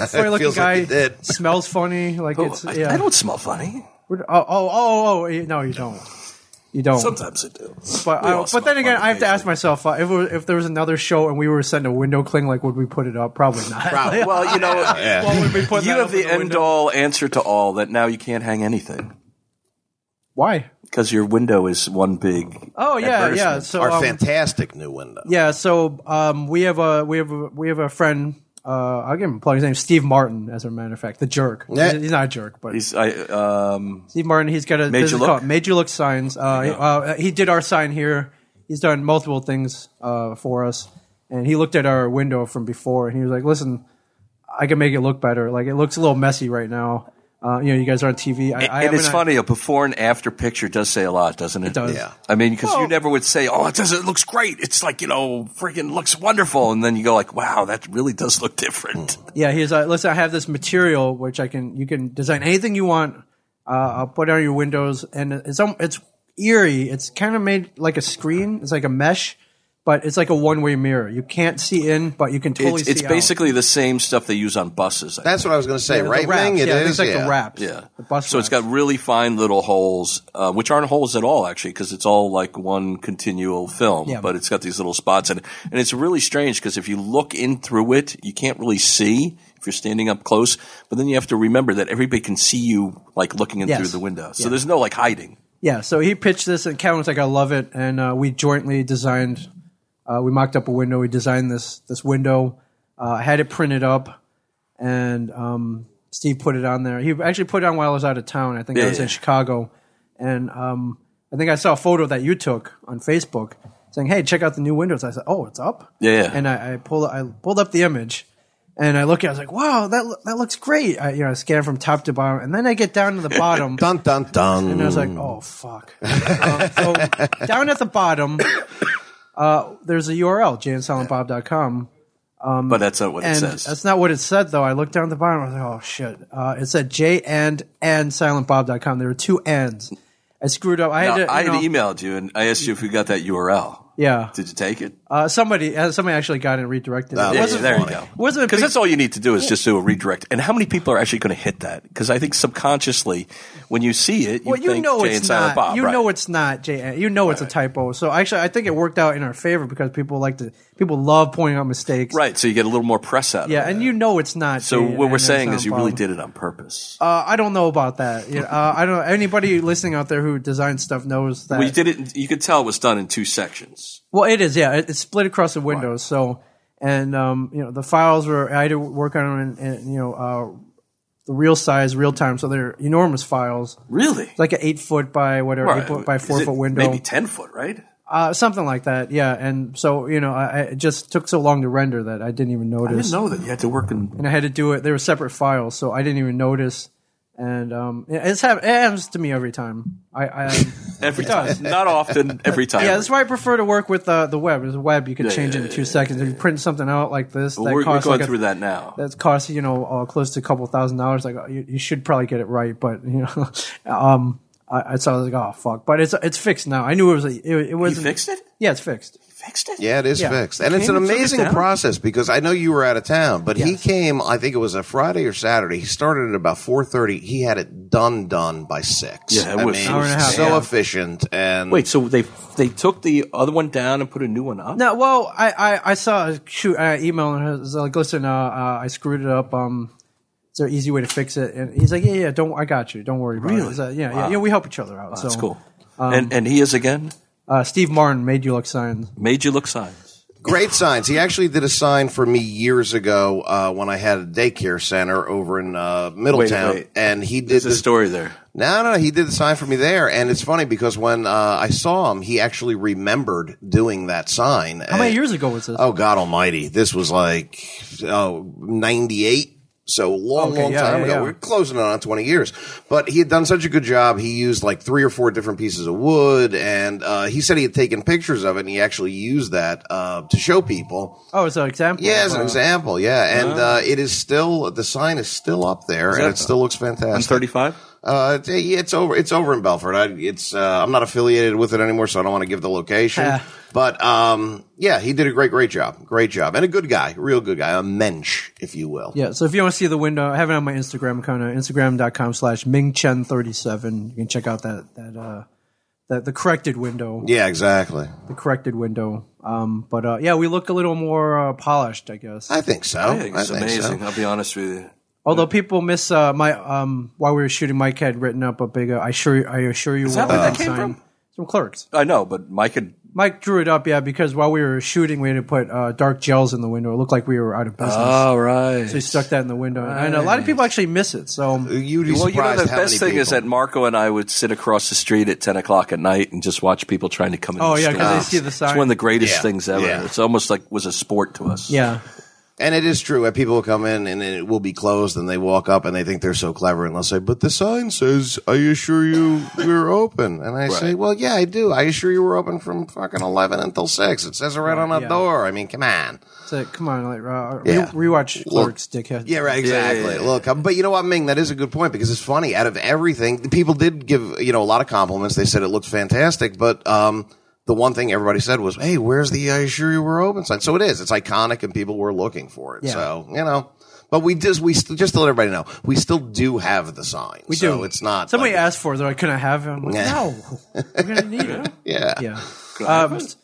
Funny looking
feels
guy
like you
[laughs]
did.
smells funny. Like it's
I,
yeah.
I don't smell funny.
We're- Oh, oh, oh, oh, eh, no, you don't. You don't.
Sometimes I do.
but
We
I,
all smell
but then again,
funny
I have to ask
occasionally.
myself uh, if, it was, if there was another show and we were sent a window cling, like would we put it up? Probably not. [laughs]
Probably.
Well, you know,
Well, would we put
you
that
have
up
the,
in
end
window?
all answer to all that now you can't hang anything
Why?
because your window is one big.
Oh yeah, yeah.
advertisement.
So
Our
um,
fantastic new window.
yeah, so um, we have a we have a, we have a friend. Uh, I'll give him a plug. His name Steve Martin, as a matter of fact, the jerk.
Yeah.
He's not a jerk, but
He's, I, um,
Steve Martin. He's got a
Made
business
You Look?
called Made You Look signs. Uh, he- uh, he did our sign here. He's done multiple things uh, for us, and he looked at our window from before, and he was like, "Listen, I can make it look better. Like it looks a little messy right now. Uh, you know, you guys are on TV. I, I
and it's
haven't-
funny, a before and after picture does say a lot, doesn't it? It
does.
Yeah.
I mean, because
Well-
you never would say, oh, it doesn't, it looks great. It's like, you know, freaking looks wonderful. And then you go like, wow, that really does look different.
Yeah, he's like, listen, I have this material which I can you can design anything you want. Uh, I'll put it on your windows, and it's um, it's eerie. It's kind of made like a screen. It's like a mesh, but it's like a one way mirror. You can't see in, but you can totally
it's
see
it's
out.
basically the same stuff they use on buses. I
That's what I was going to say,
The
right?
wraps,
Ming? It
yeah, things
is?
like
Yeah.
the wraps.
Yeah.
the bus.
so it's got
wraps.
really fine little holes, uh, which aren't holes at all, actually, because it's all like one continual film,
Yeah.
but it's got these little spots in it. And it's really strange because if you look in through it, you can't really see if you're standing up close, but then you have to remember that everybody can see you like looking in
Yes.
through the window. So there's no like hiding.
yeah. So he pitched this, and Kevin was like, "I love it," and uh, we jointly designed. Uh, we mocked up a window. We designed this this window. Uh, had it printed up, and um, Steve put it on there. He actually put it on while I was out of town. I think I
Yeah,
was in
yeah.
Chicago, and um, I think I saw a photo that you took on Facebook saying, "Hey, check out the new windows." I said, "Oh, it's up."
Yeah, yeah.
And I, I pulled I pulled up the image, and I look at. it. I was like, "Wow, that lo- that looks great." I, you know, I scan from top to bottom, and then I get down to the bottom.
Dun dun dun.
And I was like, oh, fuck. [laughs] Um, so down at the bottom, [coughs] uh, there's a URL, jansilentbob.com.
but that's not what it
And
says.
that's not what it said, though. I looked down at the bottom. I was like, oh, shit. Uh, it said j and and silentbob.com. There were two ands. I screwed up. I had
Now,
to.
I
you
had
know-
emailed you and I asked you if you got that URL.
Yeah.
Did you take it?
Uh, somebody uh, somebody actually got it and redirected. it.
Oh, Yeah,
it wasn't,
yeah, there you go.
wasn't a
Because
big-
that's all you need to do is just do a redirect. And how many people are actually going to hit that? Because I think subconsciously, when you see it, you
well, you
think
know
Jay
it's
and Silent
not.
Bob.
you
right.
know it's not J. and- You know it's a typo. So actually, I think it worked out in our favor because people like to people love pointing out mistakes.
right. So you get a little more press out.
Yeah,
of it.
and you know it's not.
So
Jay
what we're
and uh,
saying
Silent
is you
Bob.
really did it on purpose.
Uh, I don't know about that. Yeah, uh, I don't. Anybody listening out there who designs stuff knows that.
well, you did it. in- You could tell it was done in two sections.
Well, it is. Yeah, it, it's split across the windows. So, and um, you know, the files were I had to work on them in, in you know uh, the real size, real time. So they're enormous files,
Really?
It's like an eight foot by whatever, eight foot by
Is
four
it
foot window,
Maybe ten foot. Right.
uh, something like that. Yeah, and so you know, I, I, it just took so long to render that I didn't even notice.
I didn't know that you had to work in.
and I had to do it. They were separate files, so I didn't even notice. And um, it- it's hap- it happens to me every time. I, I
Every time, [laughs] not often. Every time.
yeah, that's why I prefer to work with uh, the web. Is web you can
Yeah,
change
yeah,
it in
yeah,
two
yeah,
seconds. If you print something out like this,
But
that
we're, we're
costs
going
like a-
through that now.
That costs you know uh, close to a couple thousand dollars. Like uh, you, you should probably get it right, but you know, [laughs] um, I, I saw I was like, oh fuck, but it's it's fixed now. I knew it was a, it, it
You
was
fixed it.
Yeah, it's fixed.
Fixed it.
Yeah, it is
Yeah.
fixed. And it's
Came
an
and took it
amazing
down?
process because I know you were out of town, but he
Yes.
came, I think it was a Friday or Saturday. He started at about 4:30. He had it done done by 6.
Yeah, it
I
was-
mean,
Hour
and a half,
so
yeah.
efficient and
Wait. So they they took the other one down and put a new one up.
No, well, I, I, I saw shoot uh, email and I was like, listen, uh, uh, I screwed it up. Um, is there an easy way to fix it? And he's like, yeah, yeah, don't, I got you. Don't worry about it.
Really?
He's like, yeah, yeah, yeah, we help each other out. so um,
That's cool. and and he is again
Uh, Steve Martin made you look signs.
made you look signs.
Great signs. He actually did a sign for me years ago uh, when I had a daycare center over in uh, Middletown,
wait.
and he did
There's a
this.
story there.
No, no, he did the sign for me there, and it's funny because when uh, I saw him, he actually remembered doing that sign.
How many years ago was this?
Oh God Almighty! This was like oh, 98. So a long,
Okay,
long
yeah,
time
yeah,
ago.
yeah.
We're closing in on 20 years. But he had done such a good job. He used like three or four different pieces of wood, and uh, he said he had taken pictures of it, and he actually used that uh, to show people.
Oh, it's an example.
Yeah, as
of,
an
uh,
example. Yeah, and
Uh-huh.
uh, it is still the sign is still up there, and it still looks fantastic.
Thirty five.
Uh, it's- yeah, it's over. It's over in Belford. I, it's uh, I'm not affiliated with it anymore, so I don't want to give the location.
Ah.
But um, yeah, he did a great, great job. Great job, and a good guy, real good guy, a mensch, if you will.
Yeah, so if you want to see the window, I have it on my Instagram account, uh, instagram.com slash mingchen37. You can check out that, that, uh, that, the corrected window,
Yeah, exactly.
the corrected window. Um, but, uh, yeah, we look a little more, uh, polished, I guess.
I think so.
I think it's
I think
amazing.
so.
I'll be honest with you.
Although people miss uh, my um, while we were shooting, Mike had written up a big. Uh, I sure, I assure you,
that
will
where that
be
came
signed.
from?
Some clerks.
I know, but Mike had
Mike drew it up, yeah, because while we were shooting, we had to put uh, dark gels in the window. It looked like we were out of business.
Oh, right.
so we stuck that in the window, and a lot of people actually miss it. So
You'd be
well,
surprised
you know, the
how
best
many
thing is
people-
that Marco and I would sit across the street at 10 o'clock at night and just watch people trying to come in.
Oh,
the
yeah, 'cause they
stores.
see the
It's
sign.
one of the greatest
Yeah,
things ever.
yeah.
It's almost like was a sport to us.
yeah,
and it is true. uh, People come in and it will be closed, and they walk up and they think they're so clever, and they'll say, "But the sign says, I assure you, we're open." And I say, "Well, yeah, I do. I assure you, we're open from fucking eleven until six. It says it right on the
yeah.
door. I mean, come on."
so come on, like uh,
Yeah.
re- rewatch
Look.
clerks, dickhead.
Yeah, right. Exactly.
yeah, yeah.
Look, um, but you know what, Ming? That is a good point because it's funny. Out of everything, the people did give you know a lot of compliments. They said it looked fantastic, but um, the one thing everybody said was, "Hey, where's the I assure you we're open sign?" So it is. It's iconic, and people were looking for it.
Yeah.
So you know. But we just we st- just to let everybody know we still do have the sign.
we
so
do.
It's not
somebody
like-
asked for it. They're like, "Can I have it?" I'm like,
Yeah.
[laughs]
"No, we're gonna need it."
Yeah.
Yeah.
Can I have
Um,
it?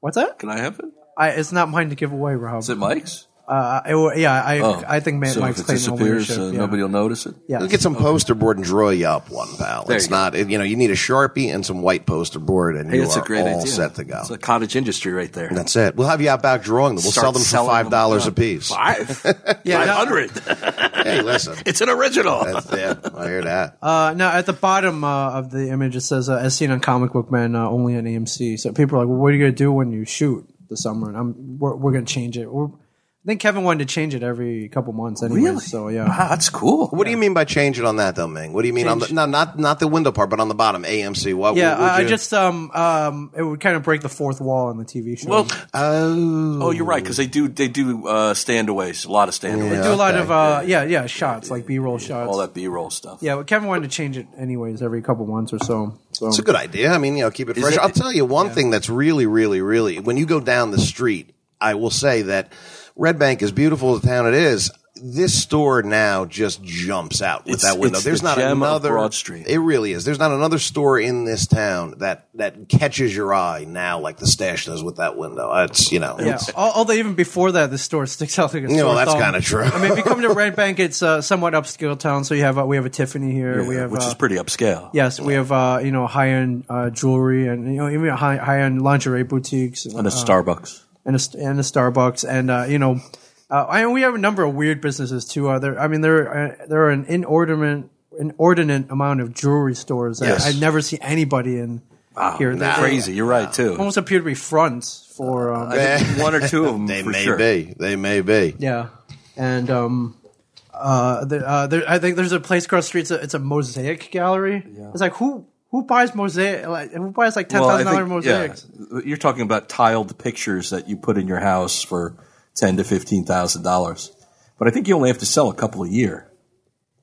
What's that?
Can I have it?
I, it's not mine to give away, Rob.
Is it Mike's?
Uh, it wa- yeah, I
Oh.
I think Ma-
so
Mike's
if it
claiming
disappears,
ownership.
uh,
yeah.
nobody will notice it.
Yeah.
Get some poster board and draw you up one, pal.
There
it's
you go.
not, you know, you need a Sharpie and some white poster board and
Hey,
you
it's
are
a great
all
idea.
set to go.
It's a cottage industry right there.
That's it. We'll have you out back drawing them. We'll
Start
sell them for
selling them.
five dollars
Yeah.
a piece.
[laughs]
Five,
Yeah,
five
that-
hundred.
Hey, listen.
[laughs] it's an original.
That's, yeah, I hear that.
Uh, now at the bottom uh, of the image it says uh, as seen on Comic Book Man uh, only on AMC. So people are like, well, what are you gonna do when you shoot the summer? And I'm we're, we're gonna change it. We're, I think Kevin wanted to change it every couple months anyway. So yeah,
Wow, that's cool.
What do you mean by change it on that though, Ming? What do you mean on the
Change-
no not not the window part, but on the bottom AMC? What?
yeah.
what would
I, I
you-
just um um it would kind of break the fourth wall on the TV show.
Well,
oh
oh, you're right because they do they do uh, standaways, a lot of standaways,
do a lot
okay.
of uh yeah yeah shots like B roll shots.
all that B-roll stuff.
Yeah, but Kevin wanted to change it anyways every couple months or so. So
It's a good idea. I mean, you know, keep it fresh.
it-
I'll tell you one thing that's really, really, really when you go down the street, I will say that Red Bank, as beautiful as the town it is, this store now just jumps out with
It's-
that window.
it's
There's
the
not
gem of
another
Broad Street.
It really is. There's not another store in this town that that catches your eye now like the stash does with that window. It's you know,
Yeah.
it's-
Al- Although even before that, the store sticks out like a
you
sore
know that's
thumb.
kind of true.
I mean, if you come to Red Bank, it's uh, somewhat upscale town. So you have uh, we have a Tiffany here. we have
which
uh,
is pretty upscale.
yes, we have uh, you know high end uh, jewelry and you know even high high end lingerie boutiques and,
and a Starbucks.
and a, st- and a Starbucks and uh, you know uh, I we have a number of weird businesses too. Uh, there, I mean there uh, there are an inordinate inordinate amount of jewelry stores that
Yes.
I never see anybody in here. They- they
Crazy. You're right too.
Almost appear to be fronts for um,
I think [laughs] one or two of
[laughs]
them
they
for
may
sure.
be. They may be.
Yeah, and um, uh, the, uh, there, I think there's a place across the street. It's a, it's a mosaic gallery. It's like who who buys mosaic? Like, who buys like ten
Well, I
thousand dollar
think- yeah.
mosaics?
you're talking about tiled pictures that you put in your house for ten to fifteen thousand dollars, but I think you only have to sell a couple a year.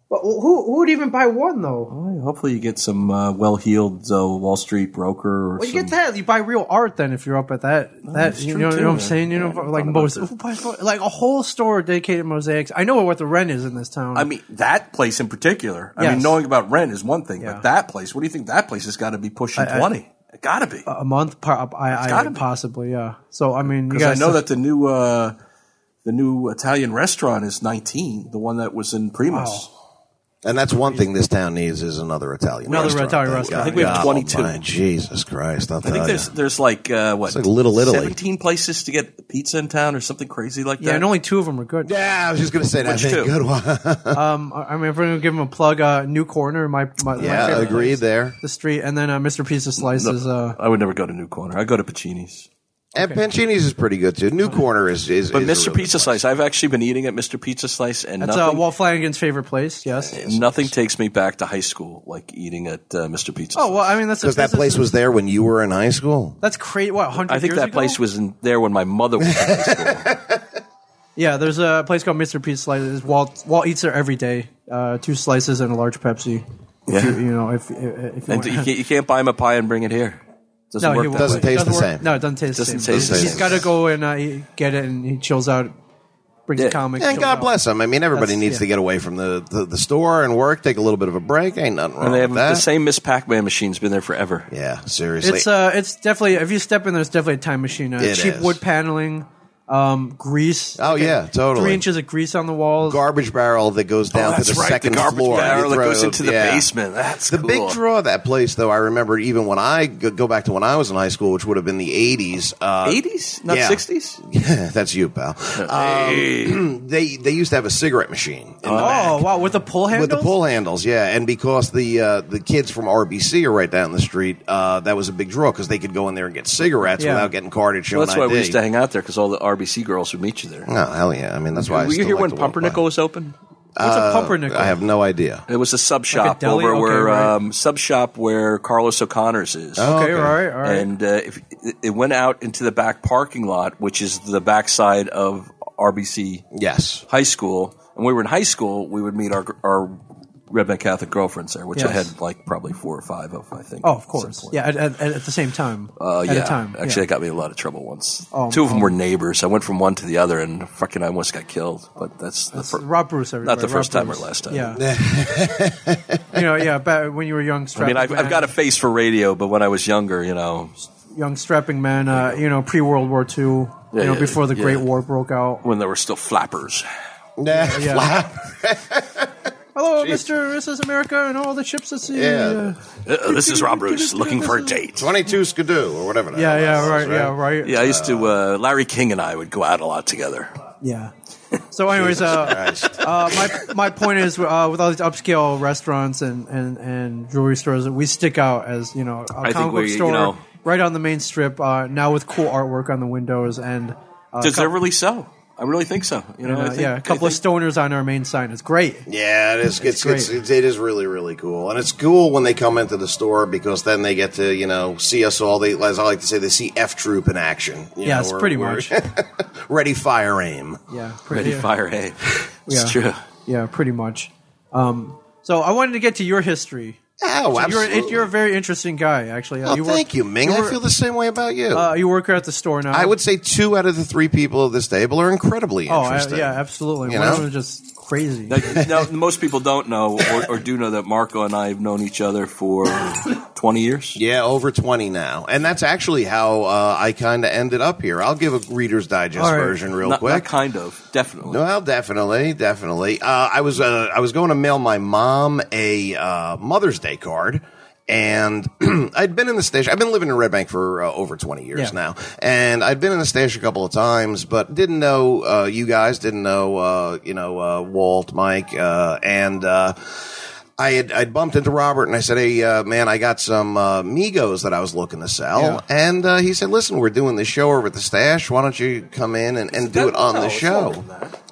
But who who would even buy one though?
Well, Hopefully, you get some uh, well-heeled uh, Wall Street broker. Or
Well, you
some-
get that. You buy real art then if you're up at that. that
that's
you
true,
know, you
too,
know what I'm
man.
saying? You
Yeah, I
know,
never
like
thought about
most
this.
who buys mo- like a whole store dedicated to mosaics. I know what the rent is in this town.
I mean, that place in particular. I mean,
Yes.
knowing about rent is one thing,
Yeah.
but that place. What do you think that place has got to be pushing twenty? It got to be
a month, pro- I, I
gotta be.
possibly, yeah. So I mean, you
because I
guys
know that the new uh, the new Italian restaurant is nineteen. The one that was in Primus.
And that's one thing this town needs is another Italian.
Another
restaurant.
Italian
Thank
restaurant.
God.
I think
we have
God
22.
almighty, Oh, Jesus Christ! I'll
I think
tell
there's
ya.
there's like uh, what
Oh, like Little Italy.
seventeen places to get pizza in town or something crazy like that.
yeah, and only two of them are good.
Yeah, I was just gonna say that.
Which
Hey,
two?
Good one.
I I mean, if we're gonna give them a plug, uh, New Corner, my my,
[laughs]
my
Yeah,
favorite
agreed there.
the street, and then uh, Mr. Pizza Slices. Uh,
I would never go to New Corner. I go to Pacini's.
And Pancini's is pretty good too. New Corner is is.
But
is a
Mr.
really
Pizza
good
Slice, I've actually been eating at Mr. Pizza Slice, and
that's uh,
nothing,
Walt Flanagan's favorite place. Yes.
nothing takes me back to high school like eating at uh, Mr. Pizza.
Oh well, I mean that's
Because that
that's-
place was there when you were in high school.
that's crazy. What hundred?
I think that place was in there when my mother was. in high school.
Yeah, there's a place called Mr. Pizza Slices. Walt Walt eats there every day. Uh, two slices and a large Pepsi.
Yeah.
If you, you know, if if, if you [laughs]
and
want.
you can't, you can't buy him a pie and bring it here. Doesn't work.
he
That
Doesn't
way.
taste the
work-
same.
No, it doesn't taste
Doesn't
the same.
taste the
He's
same.
got to go and uh, he- get it, and he chills out. Brings
Yeah.
a comic.
And
chills
God
out.
bless them. I mean, everybody
That's-
needs
yeah.
to get away from the, the, the store and work, take a little bit of a break. Ain't nothing wrong
And they have
with that.
the same Miss Pac-Man machine's been there forever.
yeah, seriously.
It's uh, it's definitely if you step in, there's definitely a time machine. Uh,
It
cheap
is.
wood paneling, um, grease.
oh yeah, totally.
three inches of grease on the walls.
Garbage barrel that goes down to the second
Oh, the garbage
floor.
barrel
You
that
throw-
goes into the
yeah.
basement. That's
The
cool.
big draw of that place, though, I remember even when I go go back to when I was in high school, which would have been the 80s. Uh,
80s, not
Yeah. [laughs]
60s.
that's you, pal. Um, they they used to have a cigarette machine in the back
Oh wow, with the pull handle.
with the pull handles, yeah. And because the uh, the kids from RBC are right down the street, uh, that was a big draw because they could go in there and get cigarettes
Yeah.
without getting carded. Showing
Well, that's why
ID.
we used to hang out there because all the RBC girls would meet you there.
Oh hell yeah! I mean, that's why. I
Were you
still
here
like
when
to walk by.
Pumpernickel was open?
What's a pumpernickel?
Uh, I have no idea.
It was a sub shop
deli?
over
Okay,
where
right.
um, sub shop where Carlos O'Connor's is.
okay,
Okay.
all right, all right.
And uh, if, it- it went out into the back parking lot, which is the backside of RBC
Yes.
High School. And when we were in high school, we would meet our our Red Bank Catholic girlfriends there, which I
Yes.
had like probably four or five of, I think.
oh, of
at some
course.
point.
Yeah, at, at, at the same time.
Uh,
at
yeah.
a time.
Actually,
yeah.
that got me in a lot of trouble once.
Oh,
Two of them
oh.
were neighbors. I went from one to the other, and fucking, I almost got killed. But that's, the fir-
Rob Bruce. Everybody.
not the
Rob
first time or
Bruce.
last time.
Yeah.
[laughs]
you know, yeah. Back when you were a young,
I
strapping
mean, I've,
man,
I've got a face for radio, but when I was younger, you know,
young strapping man. Uh, you know, pre World War II. you know,
yeah,
before the
yeah.
Great War broke out.
when there were still flappers.
Nah, [laughs]
Yeah. Hello, Mister, this is America, and all the ships at sea.
Yeah.
Yeah,
Uh, this is Rob Bruce looking for a date.
twenty-two skidoo or whatever. the
yeah,
hell that
yeah,
was,
right, yeah, right,
Yeah, I used to. Uh, Larry King and I would go out a lot together.
yeah. So, anyways, uh,
Christ.
uh, my my point is, uh, with all these upscale restaurants and and and jewelry stores, we stick out as you know a
think
comic book
we, you
store
know-
right on the main strip. Uh, now with cool artwork on the windows and uh,
Does there really so? I really think so. You know,
uh,
I think,
yeah, a couple
I
of
think-
stoners on our main sign. It's great.
Yeah, it is. It's,
great.
it's, it's it is really really cool, and it's cool when they come into the store because then they get to you know see us all. They as I like to say, they see F Troop in action. You
Yeah,
know,
it's
we're-
pretty
we're
[laughs]
much.
[laughs] ready, fire, aim.
Yeah,
Ready
pretty, yeah.
fire hey. It's
Yeah.
true.
Yeah, pretty much. Um, so I wanted to get to your history.
Oh,
You're,
absolutely.
it- you're a very interesting guy, actually. Uh,
Oh,
work-
thank you, Ming. I
were-
feel the same way about you.
Uh, you work at the store now.
I would say two out of the three people at this table are incredibly
Oh, I,
interesting.
yeah, absolutely.
You
One of
know?
them is just crazy.
Like, now, most people don't know or, or do know that Marco and I have known each other for 20 years.
Yeah, over 20 now. And that's actually how uh, I kind of ended up here. I'll give a Reader's Digest
All right.
version real
Not, not
quick.
kind of, definitely.
Well, definitely, definitely. Uh, I was uh, I was going to mail my mom a uh, Mother's Day card, and [clears throat] I'd been in the station. I've been living in Red Bank for uh, over twenty
Yeah.
years now, and I'd been in the station a couple of times, but didn't know uh, you guys, didn't know uh, you know uh, Walt, Mike, uh, and. Uh, I had I bumped into Robert and I said, "Hey uh, man, I got some uh, Migos that I was looking to sell," and uh, he said, "Listen, we're doing this show over at the stash. Why don't you come in and, and do
that-
it on
no,
the
it's
show?"
longer than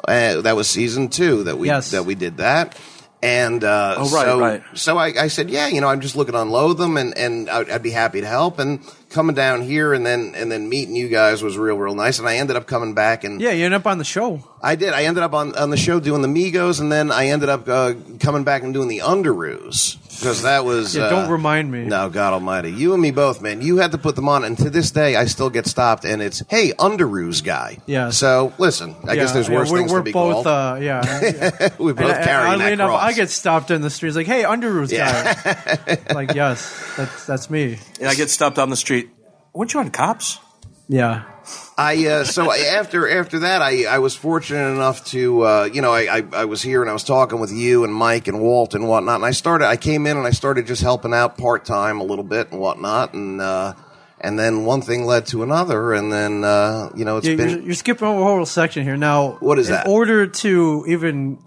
that.
uh, that was season two that we
Yes.
that we did that. And uh,
Oh, right,
so,
right.
so I, I said, yeah, you know, I'm just looking to unload them, and and I'd, I'd be happy to help. And coming down here and then and then meeting you guys was real, real nice. And I ended up coming back, and
yeah, you end up on the show.
I did. I ended up on, on the show doing the Migos, and then I ended up uh, coming back and doing the Underoos because that was.
Yeah,
uh,
don't remind me.
No, God Almighty, you and me both, man. You had to put them on, and to this day, I still get stopped, and it's hey Underoos guy.
Yeah.
So listen, I guess
Yeah,
there's
yeah,
worse
we're,
things
we're
to be
both,
called.
uh,
[laughs]
yeah.
we
And,
both
and
carry that
oddly enough,
cross.
I get stopped in the streets like, "Hey, Underoos
Yeah.
guy." like, yes, that's that's me.
And I get stopped on the street. Weren't you on cops?
Yeah,
[laughs] I uh, so I, after after that, I, I was fortunate enough to uh, you know I, I I was here and I was talking with you and Mike and Walt and whatnot, and I started I came in and I started just helping out part time a little bit and whatnot, and uh, and then one thing led to another, and then uh, you know it's
Yeah, you're,
been
you're skipping over a whole section here. Now,
What is
in
that?
order to even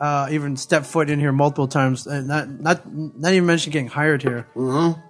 uh, even step foot in here multiple times, and not not not even mention getting hired here. Mm-hmm.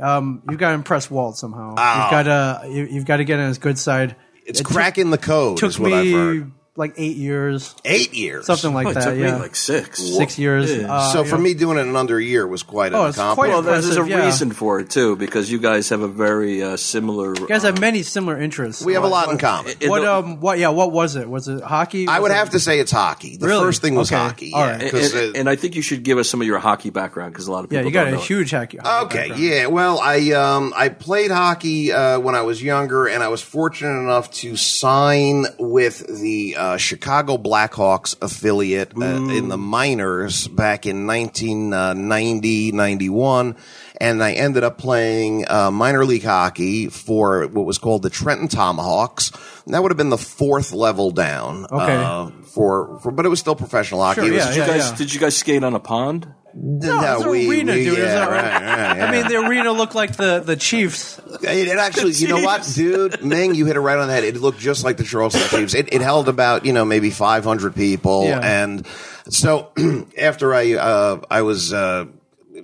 Um, you've got to impress Walt somehow. You've got to you, you've got to get on his good side.
it's
it took-
cracking the code.
Took
is what I've
me
heard.
like eight years,
Eight years,
something like
Oh, it
that.
took
yeah,
me like six.
six years. Uh,
so
you
for
know,
me, doing it in under a year was quite
Oh,
an
it's quite
accomplishment.
Well, there's there's a
Impressive, yeah.
reason for it too, because you guys have a very uh, similar.
you guys have many similar interests.
we have a lot in common.
What um what yeah what was it? Was it hockey?
I
Was
would
it-
have to say it's hockey. The
Really?
first thing was
Okay.
hockey.
All
yeah,
right.
and,
'cause, uh,
and- and I think you should give us some of your hockey background because a lot of
Yeah,
people
you got
don't
a
know it.
huge hockey.
Okay, yeah. Well, I um, I played hockey uh, when I was younger, and I was fortunate enough to sign with the uh, Chicago Blackhawks affiliate uh, in the minors back in 1990, 91. And I ended up playing uh, minor league hockey for what was called the Trenton Tomahawks. And that would have been the fourth level down.
Okay.
Uh, for, for, but it was still professional hockey.
Sure,
It
yeah,
was-
Did you guys
yeah.
did you guys skate on a pond?
No,
it's an arena, dude, it's
yeah,
not-
right, right,
I mean,
yeah.
the arena looked like the the Chiefs.
It, it actually, you know what, dude, Ming, you hit it right on the head. It looked just like the Charleston Chiefs. It, it held about you know maybe five hundred people,
Yeah.
and so [clears throat] after I uh, I was. Uh,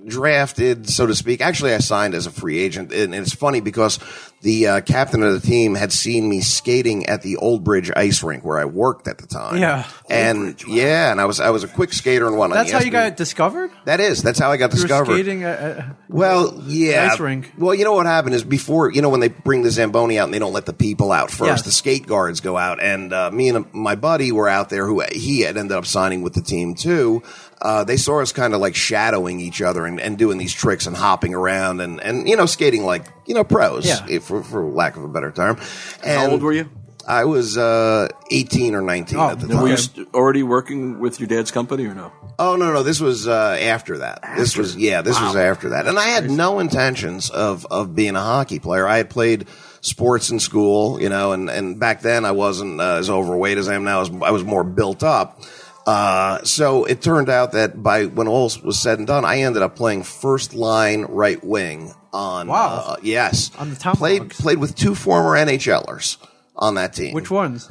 Drafted, so to speak. Actually, I signed as a free agent, and it's funny because the uh, captain of the team had seen me skating at the Old Bridge Ice Rink where I worked at the time.
Yeah.
and yeah, and I was I was a quick skater and whatnot.
That's
He
how
asked
you
me-
got discovered.
That is. That's how I got
You were
discovered.
skating. uh, uh,
Well, yeah.
Ice rink.
Well, you know what happened is before, you know, when they bring the Zamboni out and they don't let the people out first,
Yes.
the skate guards go out. And uh, me and my buddy were out there who he had ended up signing with the team too. Uh, they saw us kind of like shadowing each other and, and doing these tricks and hopping around and, and you know, skating like, you know, pros,
Yeah.
if, for, for lack of a better term. And
How old were you?
I was uh, 18 or 19
Oh,
at the
then
time.
Were you st- already working with your dad's company or no?
Oh no, no, this was uh, after that. This was yeah, this was after that. And I had no intentions of of being a hockey player. I had played sports in school, you know, and and back then I wasn't uh, as overweight as I am now. I was, I was more built up. Uh, so it turned out that by when all was said and done, I ended up playing first line right wing on.
Wow.
uh, yes,
On the top
played
dogs.
played with two former NHLers on that team
Which ones?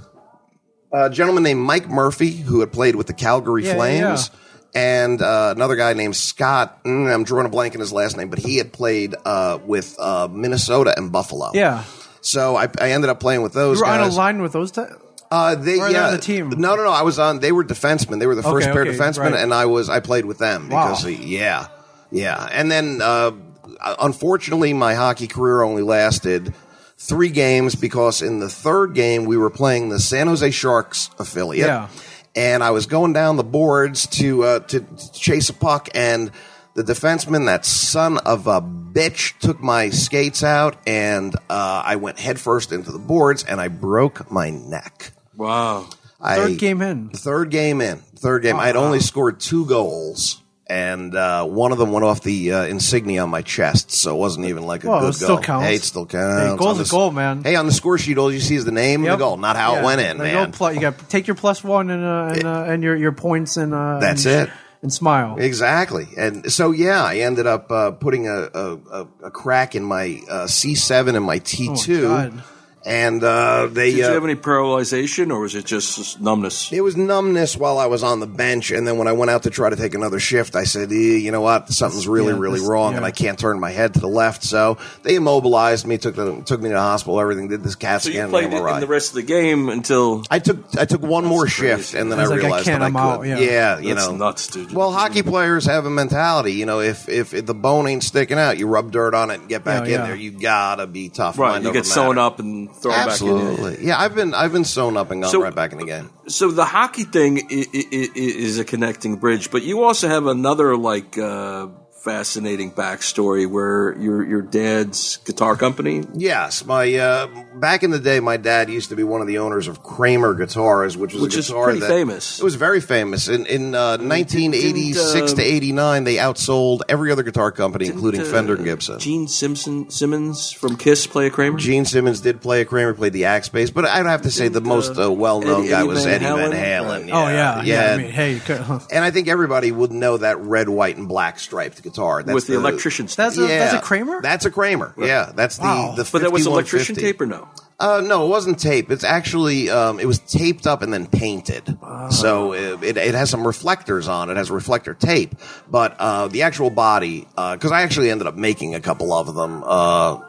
a gentleman named Mike Murphy who had played with the Calgary
Yeah,
Flames. And uh, another guy named Scott. mm, I'm drawing a blank in his last name, but he had played uh, with uh, Minnesota and Buffalo.
Yeah.
So I, I ended up playing with those.
You were on a
guys.
line with those. T-
Uh, they,
Or they
yeah,
were the team?
No, no, no. I was on. They were defensemen. They were the
Okay,
first pair
okay,
defensemen,
right.
and I was I played with them
Wow.
because yeah, yeah. And then uh, unfortunately, my hockey career only lasted three games because in the third game we were playing the San Jose Sharks affiliate,
Yeah.
and I was going down the boards to uh, to, to chase a puck and. The defenseman, that son of a bitch, took my skates out, and uh, I went headfirst into the boards, and I broke my neck.
Wow.
I,
Third game in.
Third game in. Third game. I had only scored two goals, and uh, one of them went off the uh, insignia on my chest, so it wasn't even like a
Well,
good
it still
goal.
counts.
Hey, it still counts.
Hey, goal's a
On the s-
goal, man.
Hey, on the score sheet, all you see is the name
Yep.
and the goal, not how
Yeah.
it went in,
No, no
man.
pl- you got take your plus one and uh, and, uh, and your your points and uh,
That's
and,
it.
And smile.
Exactly, and so yeah, I ended up uh, putting a, a, a, a crack in my uh, C seven and my T two,
Oh God.
and uh, they
Did
uh,
you have any paralyzation or was it just numbness?
It was numbness while I was on the bench, and then when I went out to try to take another shift, I said, eh, "You know what? Something's really,
yeah,
really
this-
wrong, and
yeah.
I can't turn my head to the left." So they immobilized me, took the, took me to the hospital, everything, did this CAT
So
scan,
you
and
played it
MRI.
in the rest of the game until
I took I took one more
crazy.
shift, and then
I
I,
was like, I
realized
can't,
that I
I'm
could.
out, yeah.
yeah, you
That's
know,
nuts, dude.
Well, hockey players have a mentality. You know, if if the bone ain't sticking out, you rub dirt on it and get back
Yeah,
in
yeah.
there. You gotta be tough.
right,
mind
you
over
get sewn
matter.
up and thrown back in.
Absolutely, yeah. I've been I've been sewn up and gone
So-
right back in the game.
So the hockey thing i- i- i- is a connecting bridge, but you also have another like uh, fascinating backstory where your your dad's guitar company.
Yes, my uh, back in the day, my dad used to be one of the owners of Kramer Guitars, which was
Which
a
is
guitar
pretty
that-
famous.
It was very famous in in uh, 1986
didn't, uh,
to 89. They outsold every other guitar company, including
Didn't, uh,
Fender and Gibson.
Gene Simpson Simmons from Kiss play a Kramer.
Gene Simmons did play a Kramer, played the axe bass, but I'd have to say the most uh, well-known
Eddie-
guy
Eddie
was
Van
Eddie Van
Halen?
Halen.
Right.
Oh yeah, yeah. I
and-
mean, hey, you [laughs] could- huh.
and I think everybody would know that red, white, and black striped guitar. That's
with the, electrician stuff.
that's a, that's a Kramer.
That's a Kramer. Yeah, that's
Wow.
the the.
but that was electrician
5150.
tape or no?
Uh, no, it wasn't tape. It's actually um, it was taped up and then painted.
Ah.
So it, it, it has some reflectors on it. It Has reflector tape, but uh, the actual body because I actually ended up making a couple of them. Uh,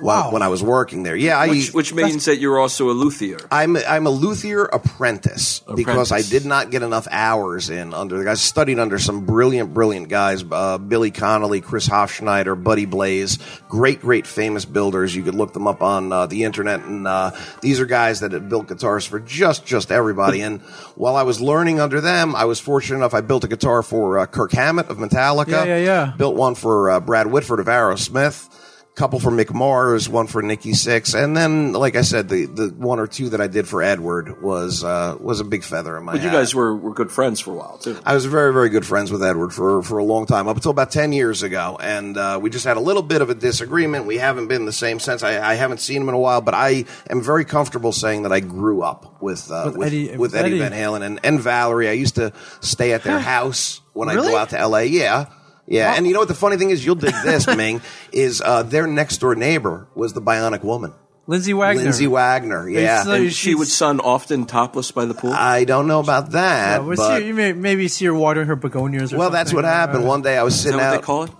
wow. when I was working there, yeah, I,
Which, which means that you're also a luthier.
I'm I'm a luthier apprentice, because I
Apprentice.
did not get enough hours in under the guys. Studied under some brilliant, brilliant guys: uh, Billy Connolly, Chris Hofschneider, Buddy Blaze, great, great famous builders. You could look them up on uh, the internet, and uh, these are guys that had built guitars for just just everybody. and while I was learning under them, I was fortunate enough. I built a guitar for uh, Kirk Hammett of Metallica.
Yeah, yeah, yeah.
Built one for uh, Brad Whitford of Aerosmith, couple for Mick Mars, one for Nikki Six, and then, like I said, the, the one or two that I did for Edward was uh, was a big feather in my.
But you
hat.
guys were, were good friends for a while too.
I was very, very good friends with Edward for, for a long time, up until about 10 years ago. And uh, we just had a little bit of a disagreement. We haven't been the same since. I, I haven't seen him in a while, but I am very comfortable saying that I grew up with, uh,
With
with,
Eddie-
Eddie, with Eddie,
Eddie.
Van Halen and, and Valerie. I used to stay at their house when I
Really?
go out to LA. Yeah. Yeah. And you know what the funny thing is? You'll dig
[laughs]
this, Ming, is uh, their next door neighbor was the Bionic Woman.
Lindsey Wagner.
Lindsay Wagner, yeah.
still-
And she
she's-
would sun often topless by the pool.
I don't know about that,
Uh, we'll
but
see, you may, maybe see her watering her begonias. Or
well, that's
something.
what happened.
Uh,
One day I was
Is that
sitting
what
out.
they call it?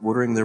Watering their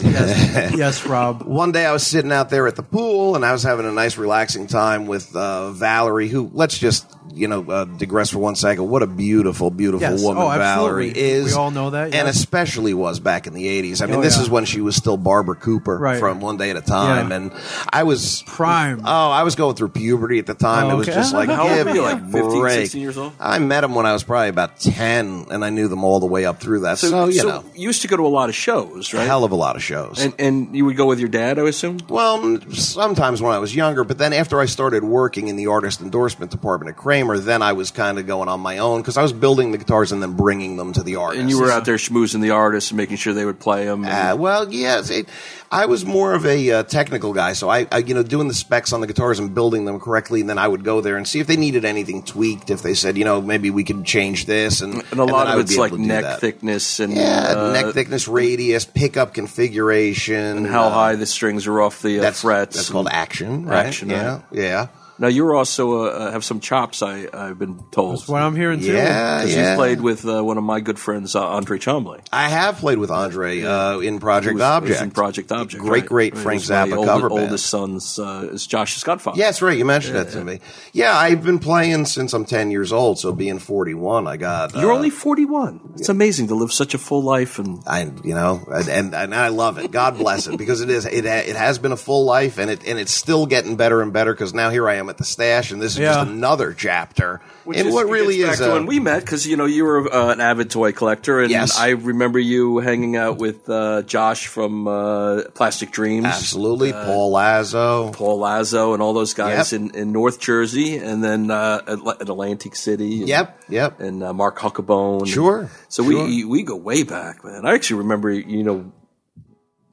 yes, yes,
[laughs]
yes, Rob.
one day I was sitting out there at the pool and I was having a nice relaxing time with uh, Valerie, who let's just you know uh, digress for one second. What a beautiful, beautiful
Yes.
woman
Oh, absolutely.
Valerie is.
We all know that,
and
yes.
especially was back in the eighties. I mean,
Oh,
this
yeah.
is when she was still Barbara Cooper
Right.
from One Day at a Time,
Yeah.
and I was
Prime.
Oh, I was going through puberty at the time.
Oh,
It was
okay. [laughs]
just like
How old
give
were
me
you,
a
like 15,
break.
16 years old?
I met them when I was probably about ten, and I knew them all the way up through that. So, you know.
you used to go to a lot of shows,
a
right?
hell of a lot of shows.
and and you would go with your dad, I assume.
Well, m- sometimes when I was younger, but then after I started working in the artist endorsement department at Kramer, then I was kind of going on my own because I was building the guitars and then bringing them to the artists.
And you were out there schmoozing the artists and making sure they would play them.
Uh, well, yes. It, I was more of a uh, technical guy, so I, I, you know, doing the specs on the guitars and building them correctly, and then I would go there and see if they needed anything tweaked. If they said, you know, maybe we could change this, and
and a
then
lot
I
of
would
it's
be able
like
to do
neck
that.
thickness and
yeah,
uh,
neck thickness, radius, pickup configuration,
and how
uh,
high the strings are off the uh,
That's
frets.
That's called action, right?
Action,
yeah,
right.
yeah.
Now you're also uh, uh, have some chops. I I've been told.
That's what I'm hearing too.
Yeah,
Because
yeah.
you played with uh, one of my good friends, uh, Andre Chombley.
I have played with Andre uh, in Project
who was- who was
Object.
in Project Object.
Great,
right.
great
Right,
Frank
who's my
Zappa
old-
cover band.
Oldest son's uh, is Josh's godfather.
Yes, right. You mentioned that to me. Yeah, I've been playing since I'm 10 years old. So being 41, I got.
You're
uh,
only 41. It's amazing to live such a full life and
I, you know, and, and and I love it. God bless it because it is it ha- it has been a full life and it and it's still getting better and better because now here I am at the stash and this is
Yeah.
just another chapter in
is-
what
it
really
gets back
is
to
a-
when we met because you know you were uh, an avid toy collector and
Yes.
I remember you hanging out with uh, Josh from uh, Plastic Dreams,
absolutely Paul Lazo.
Uh, Paul Lazo, and all those guys
Yep.
in, in North Jersey, and then uh, Atl- at Atlantic City. And,
Yep, yep.
And uh, Mark Huckabone.
Sure,
So we we go way back, man. I actually remember you know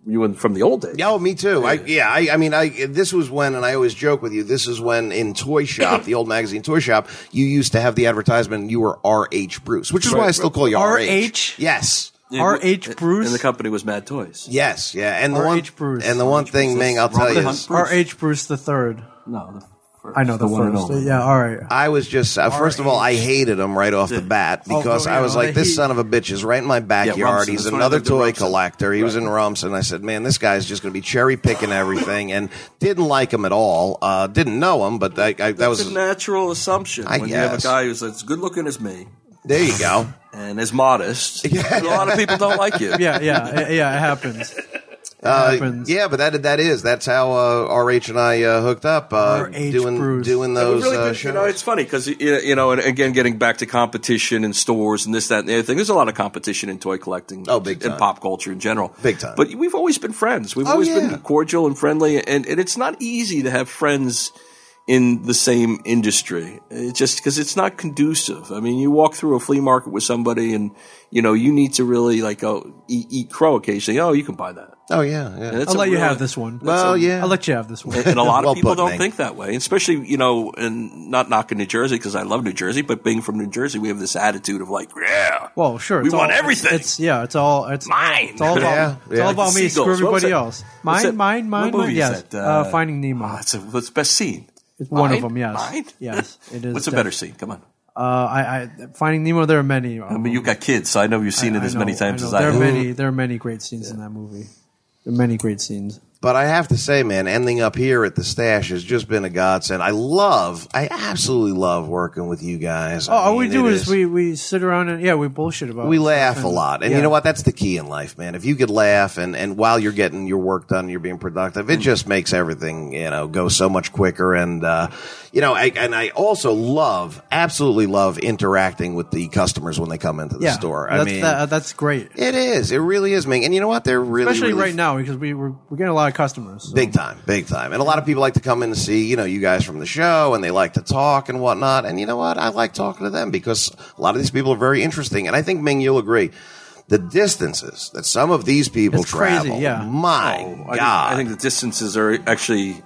you and from the old days.
Yeah, Oh, me too. I, yeah, I, I mean, I this was when, and I always joke with you. This is when in Toy Shop, the old magazine Toy Shop, you used to have the advertisement. You were R. H. Bruce, which is why I still call you R.
RH?
H. Yes,
R.H. Bruce.
and the company was Mad Toys.
yes, yeah. And the
R.H.
one,
Bruce.
and the one thing, Ming, I'll tell
Robert
you,
Hunt
is,
Bruce.
R.H. Bruce the third.
No, the first,
I know the,
one and
first.
only.
Yeah, all right.
I was just uh, first of all, I hated him right off the bat because
oh,
I was
yeah,
like,
the
this
heat.
son of a bitch is right in my backyard.
Rumson.
He's
That's what I
another
lived in
toy
Rumson.
collector. He was in Rumps, and I said, man, this guy's just going to be cherry picking everything, and didn't like him at all. Uh, didn't know him, but I, I, that
It's
was
a natural assumption
I
when you have a
guess.
guy who's as good looking as me
there. You go.
and as [laughs] modest. A lot of people don't like you.
Yeah, yeah, yeah. It happens. It happens.
Uh, Yeah, but that that is that's how uh, RH and I uh, hooked up uh,
RH
doing
Bruce.
doing
But
those
really
uh,
good-
shows.
you know, it's funny because you know, and again, getting back to competition and stores and this, that, and the other thing. There's a lot of competition in toy collecting,
Oh, big
and
time.
pop culture in general,
Big time. Oh,
But we've always been friends. We've always
yeah.
been cordial and friendly, and, and it's not easy to have friends in the same industry. It's just because it's not conducive. I mean, you walk through a flea market with somebody, and you know, you need to really like oh, eat, eat crow occasionally. Oh, you can buy that.
oh yeah, yeah.
That's
I'll
a
let you
real-
have this one.
well, yeah.
I'll let you have this one.
[laughs]
and a lot of
Well
people
put,
don't
Ming.
think that way, especially you know, and not knocking New Jersey because I love New Jersey, but being from New Jersey, we have this attitude of like, yeah,
[laughs] Well, sure.
we
it's
want
all-
everything.
It's yeah. It's all it's
Mine.
It's all about,
Yeah,
it's
yeah.
all about
Like the
me. Screw
seagulls. What was
everybody
that-
else.
what's
Mine,
that-
mine,
what
mine,
movie
mine.
is
Yes.
that?
uh, Finding Nemo.
Ah, it's a it's best scene.
It's one of
Mine?
them. Yes.
Mine?
Yes. It is.
[laughs] What's a better
def-
scene? Come on.
Uh, I, I Finding Nemo. There are many. um,
I mean, you've got kids, so I know you've seen it as many times as I
There are
have.
many. There are many great scenes in that movie. There are many great scenes.
But I have to say, man, ending up here at the stash has just been a godsend. I love, I absolutely love working with you guys.
Oh, all we do is, we we sit around and yeah, we bullshit about.
we
stuff
laugh a
and-
lot, and
yeah.
you know what? That's the key in life, man. If you could laugh, and and while you're getting your work done, you're being productive.
Mm.
It just makes everything you know go so much quicker, and uh, you know, I, and I also love, absolutely love interacting with the customers when they come into the
Yeah.
store. I
That's
mean,
that- that's great.
It is. It really is, Ming. And you know what? They're really,
Especially
really
right now because we we're, we're getting a lot of customers. so-
Big time, big time. And a lot of people like to come in to see, you know, you guys from the show and they like to talk and whatnot. And you know what? I like talking to them because a lot of these people are very interesting. And I think, Ming, you'll agree. The distances that some of these people
It's crazy,
travel,
yeah. Oh,
my
I think,
God.
I think the distances are actually.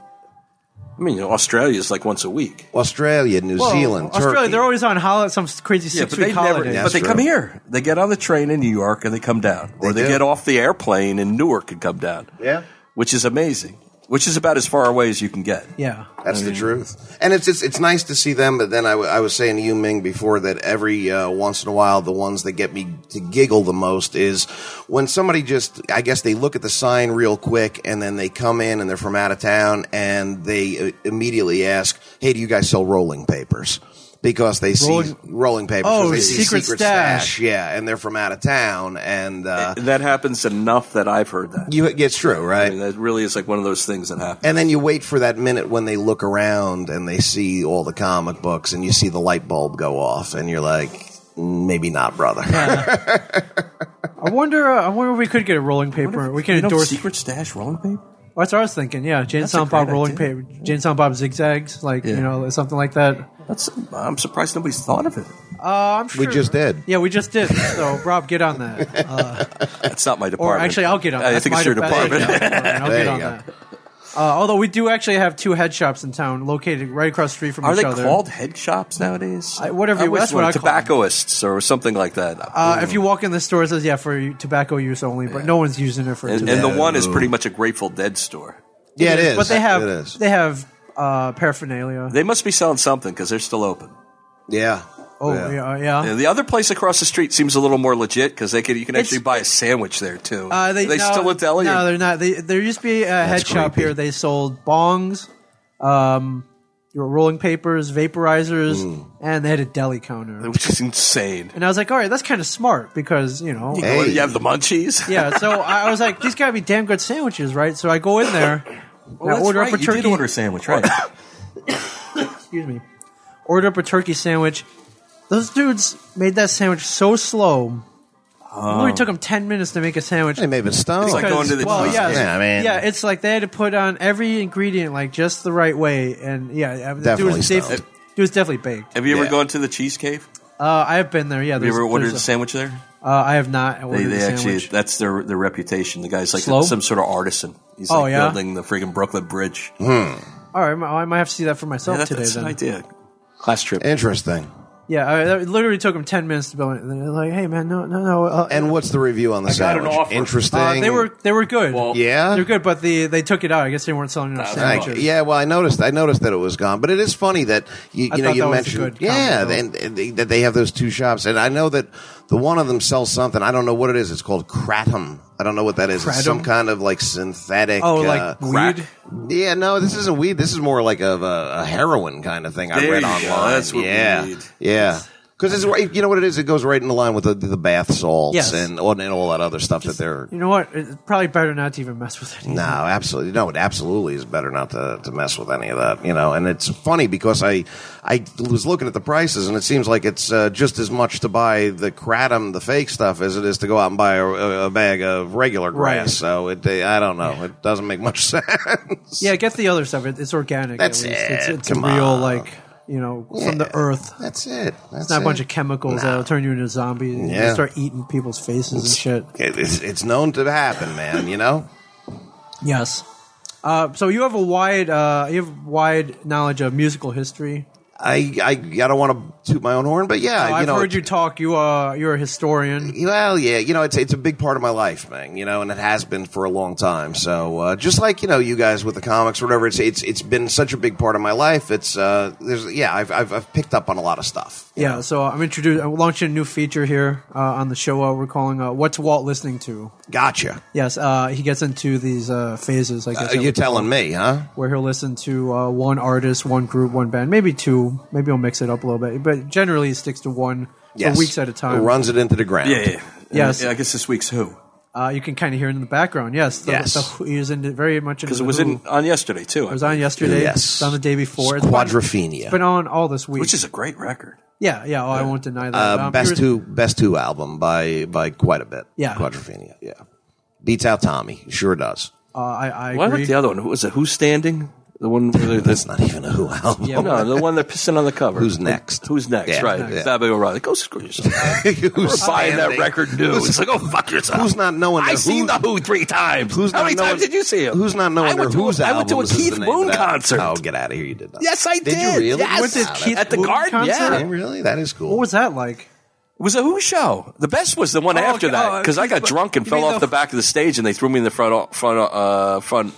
I mean, you know, Australia is like once a week.
Australia, New
Well,
Zealand,
Australia.
Turkey.
They're always on holiday, some crazy six week holiday.
yeah.
but they
That's
come
true.
here. They get on the train in New York and they come down, or
They
they
do.
get off the airplane in Newark and come down.
Yeah.
which is amazing. Which is about as far away as you can get.
Yeah.
That's
Mm-hmm.
the truth. And it's, it's it's nice to see them. But then I, w- I was saying to you, Ming, before that every uh, once in a while, the ones that get me to giggle the most is when somebody just, I guess they look at the sign real quick and then they come in and they're from out of town and they uh, immediately ask, hey, do you guys sell rolling papers? Because they see
Rolling-
rolling, papers.
Oh,
'cause they see
Secret Stash. Eh,
Yeah, and they're from out of town. And uh,
That happens enough that I've heard that.
you, it's true,
I
right?
mean, that really is like one of those things that happens.
And then you wait for that minute when they look around and they see all the comic books and you see the light bulb go off and you're like, "Mm, maybe not, brother.
Yeah. I wonder. Uh, I wonder if we could get a rolling paper. We can
you know,
endorse.
secret stash rolling paper.
That's what I was thinking. Yeah, Jane
a
Silent Bob
great
rolling
idea.
paper. Jane Silent Bob zigzags, like you
Yeah.
know, something like that.
That's I'm surprised nobody's thought of it.
Uh, I'm sure.
We just did.
Yeah, we just did. So Rob, get on that. Uh,
That's not my
or
department.
actually, I'll get on. that.
I think it's your department.
I'll get
There you
on
go.
that. Uh, although we do actually have two head shops in town, located right across the street from
[laughs] Are
each
they
other.
called head shops nowadays?
I- whatever you-
wish
that's
they were
what I call them.
tobacconists or something like that.
Uh, if you walk in the store, it says yeah for tobacco use only, but no one's using it for.
and,
tobacco.
and the one is pretty much a Grateful Dead store.
[laughs] Yeah, it is.
But they have
It is.
they have uh, paraphernalia.
They must be selling something because they're still open.
Yeah.
oh yeah, yeah.
And the other place across the street seems a little more legit because they could you can
It's-
actually buy a sandwich there too.
Uh,
they
no,
still a deli?
No,
or-
they're not. They, there used to be a head shop
creepy.
here. They sold bongs, um, your rolling papers, vaporizers, and they had a deli counter.
[laughs] which is insane.
And I was like, all right, that's kind of smart because you know,
Hey.
You have the munchies. [laughs]
yeah. So I I was like, these gotta be damn good sandwiches, right? So I go in there, and I order up a turkey.
sandwich, right?
excuse me, order up a turkey sandwich. Those dudes made that sandwich so slow. It
Oh.
only took them ten minutes to make a sandwich.
They may have been stoned.
like going to the
well,
gym.
yeah,
Yeah, I mean-
yeah, it's like they had to put on every ingredient like just the right way, and yeah, I mean,
Definitely
it was, def-
stoned.
it was definitely baked.
have you ever
Yeah.
gone to the Cheese Cave?
Uh, I have been there. Yeah,
Have you
there's-
ever ordered a
there's
sandwich there?
Uh, I have not ordered
They, they
a
actually
sandwich.
that's their their reputation. The guy's like
Slow?
some sort of artisan. He's
Oh,
like
yeah?
building the friggin' Brooklyn Bridge.
All right, I might- I might have to see that for myself
Yeah, that-
today.
that's
then.
an idea. Class trip.
Interesting.
Yeah, I, it literally took them ten minutes to build it. And they're like, "Hey, man, no, no, no." Uh,
And what's the review on the
got an
sandwich?
offer.
Interesting.
uh, they were they were good.
Yeah.
They're good, but the they took it out. I guess they weren't selling enough
I-
sandwiches.
yeah, well, I noticed. I noticed that it was gone, but it is funny that you,
I
you know
thought
you
that was a
mentioned,
good
yeah,
combo.
and, and they, that they have those two shops, and I know that the one of them sells something. I don't know what it is. It's called kratom. I don't know what that is. It's some
Kratom?
kind of like synthetic.
Oh,
uh,
like
crack.
weed.
yeah, no, this isn't weed. This is more like of a, a heroin kind of thing. I
There
read
you go.
online.
That's what we
yeah,
need.
yeah. Because it's right- you know what it is. It goes right in the line with the, the bath salts
Yes.
and, all- and all that other stuff that they're.
You know what? It's probably better not to even mess with it.
No, absolutely. No, it absolutely is better not to, to mess with any of that, you know. And it's funny because I I was looking at the prices, and it seems like it's uh, just as much to buy the kratom, the fake stuff, as it is to go out and buy a, a bag of regular grass.
Right.
So it, I don't know. It doesn't make much [laughs] sense.
Yeah, get the other stuff. It, it's organic.
That's
at least.
it.
It's, it's
Come
real,
on.
like you know, from
Yeah.
the earth.
That's it. That's
It's not
it.
a bunch of chemicals that'll turn you into a zombie and
Yeah.
you start eating people's faces and shit.
It- It's, it's known to happen, man. You know.
Yes. Uh, so you have a wide, uh, you have wide knowledge of musical history.
I, I I don't want to toot my own horn, but yeah,
Oh, I've
Uh, you know,
heard you talk. You are you're a historian.
Well, yeah, you know, it's it's a big part of my life, man. You know, and it has been for a long time. So uh, just like you know, you guys with the comics, or whatever, it's it's it's been such a big part of my life. It's uh, there's yeah, I've, I've I've picked up on a lot of stuff.
Yeah. So I'm introducing, I'm launching a new feature here uh, on the show. Uh, we're calling uh, "What's Walt Listening to."
Gotcha.
Yes, uh, he gets into these uh, phases. I guess
Uh, you're telling me, huh?
where he'll listen to uh, one artist, one group, one band, maybe two. Maybe he'll mix it up a little bit, but generally he sticks to one for weeks at a time.
Runs it into the ground.
Yeah, yeah.
Yes.
Yeah, I guess this week's who
Uh, you can kind of hear it in the background. Yes, the,
Yes.
The, Who- he was in very much into
because it
the
was
Who.
in on yesterday too.
It was on yesterday.
Yes.
it's on the day before. It's been-
Quadrophenia.
It's been on all this week.
which is a great record.
yeah, yeah. Oh, I won't deny that.
Uh,
Um,
best
here's-
two best two album by by quite a bit.
Yeah.
Quadrophenia. Yeah. Beats out Tommy. Sure does.
Uh, I, I
Well, I
agree.
like the other one. Who was it? Who's standing? The one where
[laughs]
they're,
It's not even a Who album.
Yeah.
no, the one they're pissing on the cover.
Who's next?
Who's next?
Yeah,
right,
yeah.
it's Bobby O'Reilly. Go screw yourself.
[laughs] [laughs] Who's
Buying that
standing?
record new. It's like, oh fuck yourself.
Who's not knowing
I've
the
seen
Who-
the Who three times.
Who's
How
not
many
knowing-
times did you see him?
Who's not knowing
I went
their
to a-
who's
I went to a
albums is the
Keith
name of
Moon
that-
concert.
Oh, get out of here! You did not.
Yes, I
Did you
did.
really?
Yes.
Went to
that's
Keith
At the
Moon
Garden,
concert?
yeah.
Yeah, really? That is cool.
What was that like?
It was a Who show. The best was the one
Oh,
after
okay.
that
Oh,
because I got
but-
drunk and
you
fell
mean
off
the-
the back of the stage and they threw me in the front front uh, front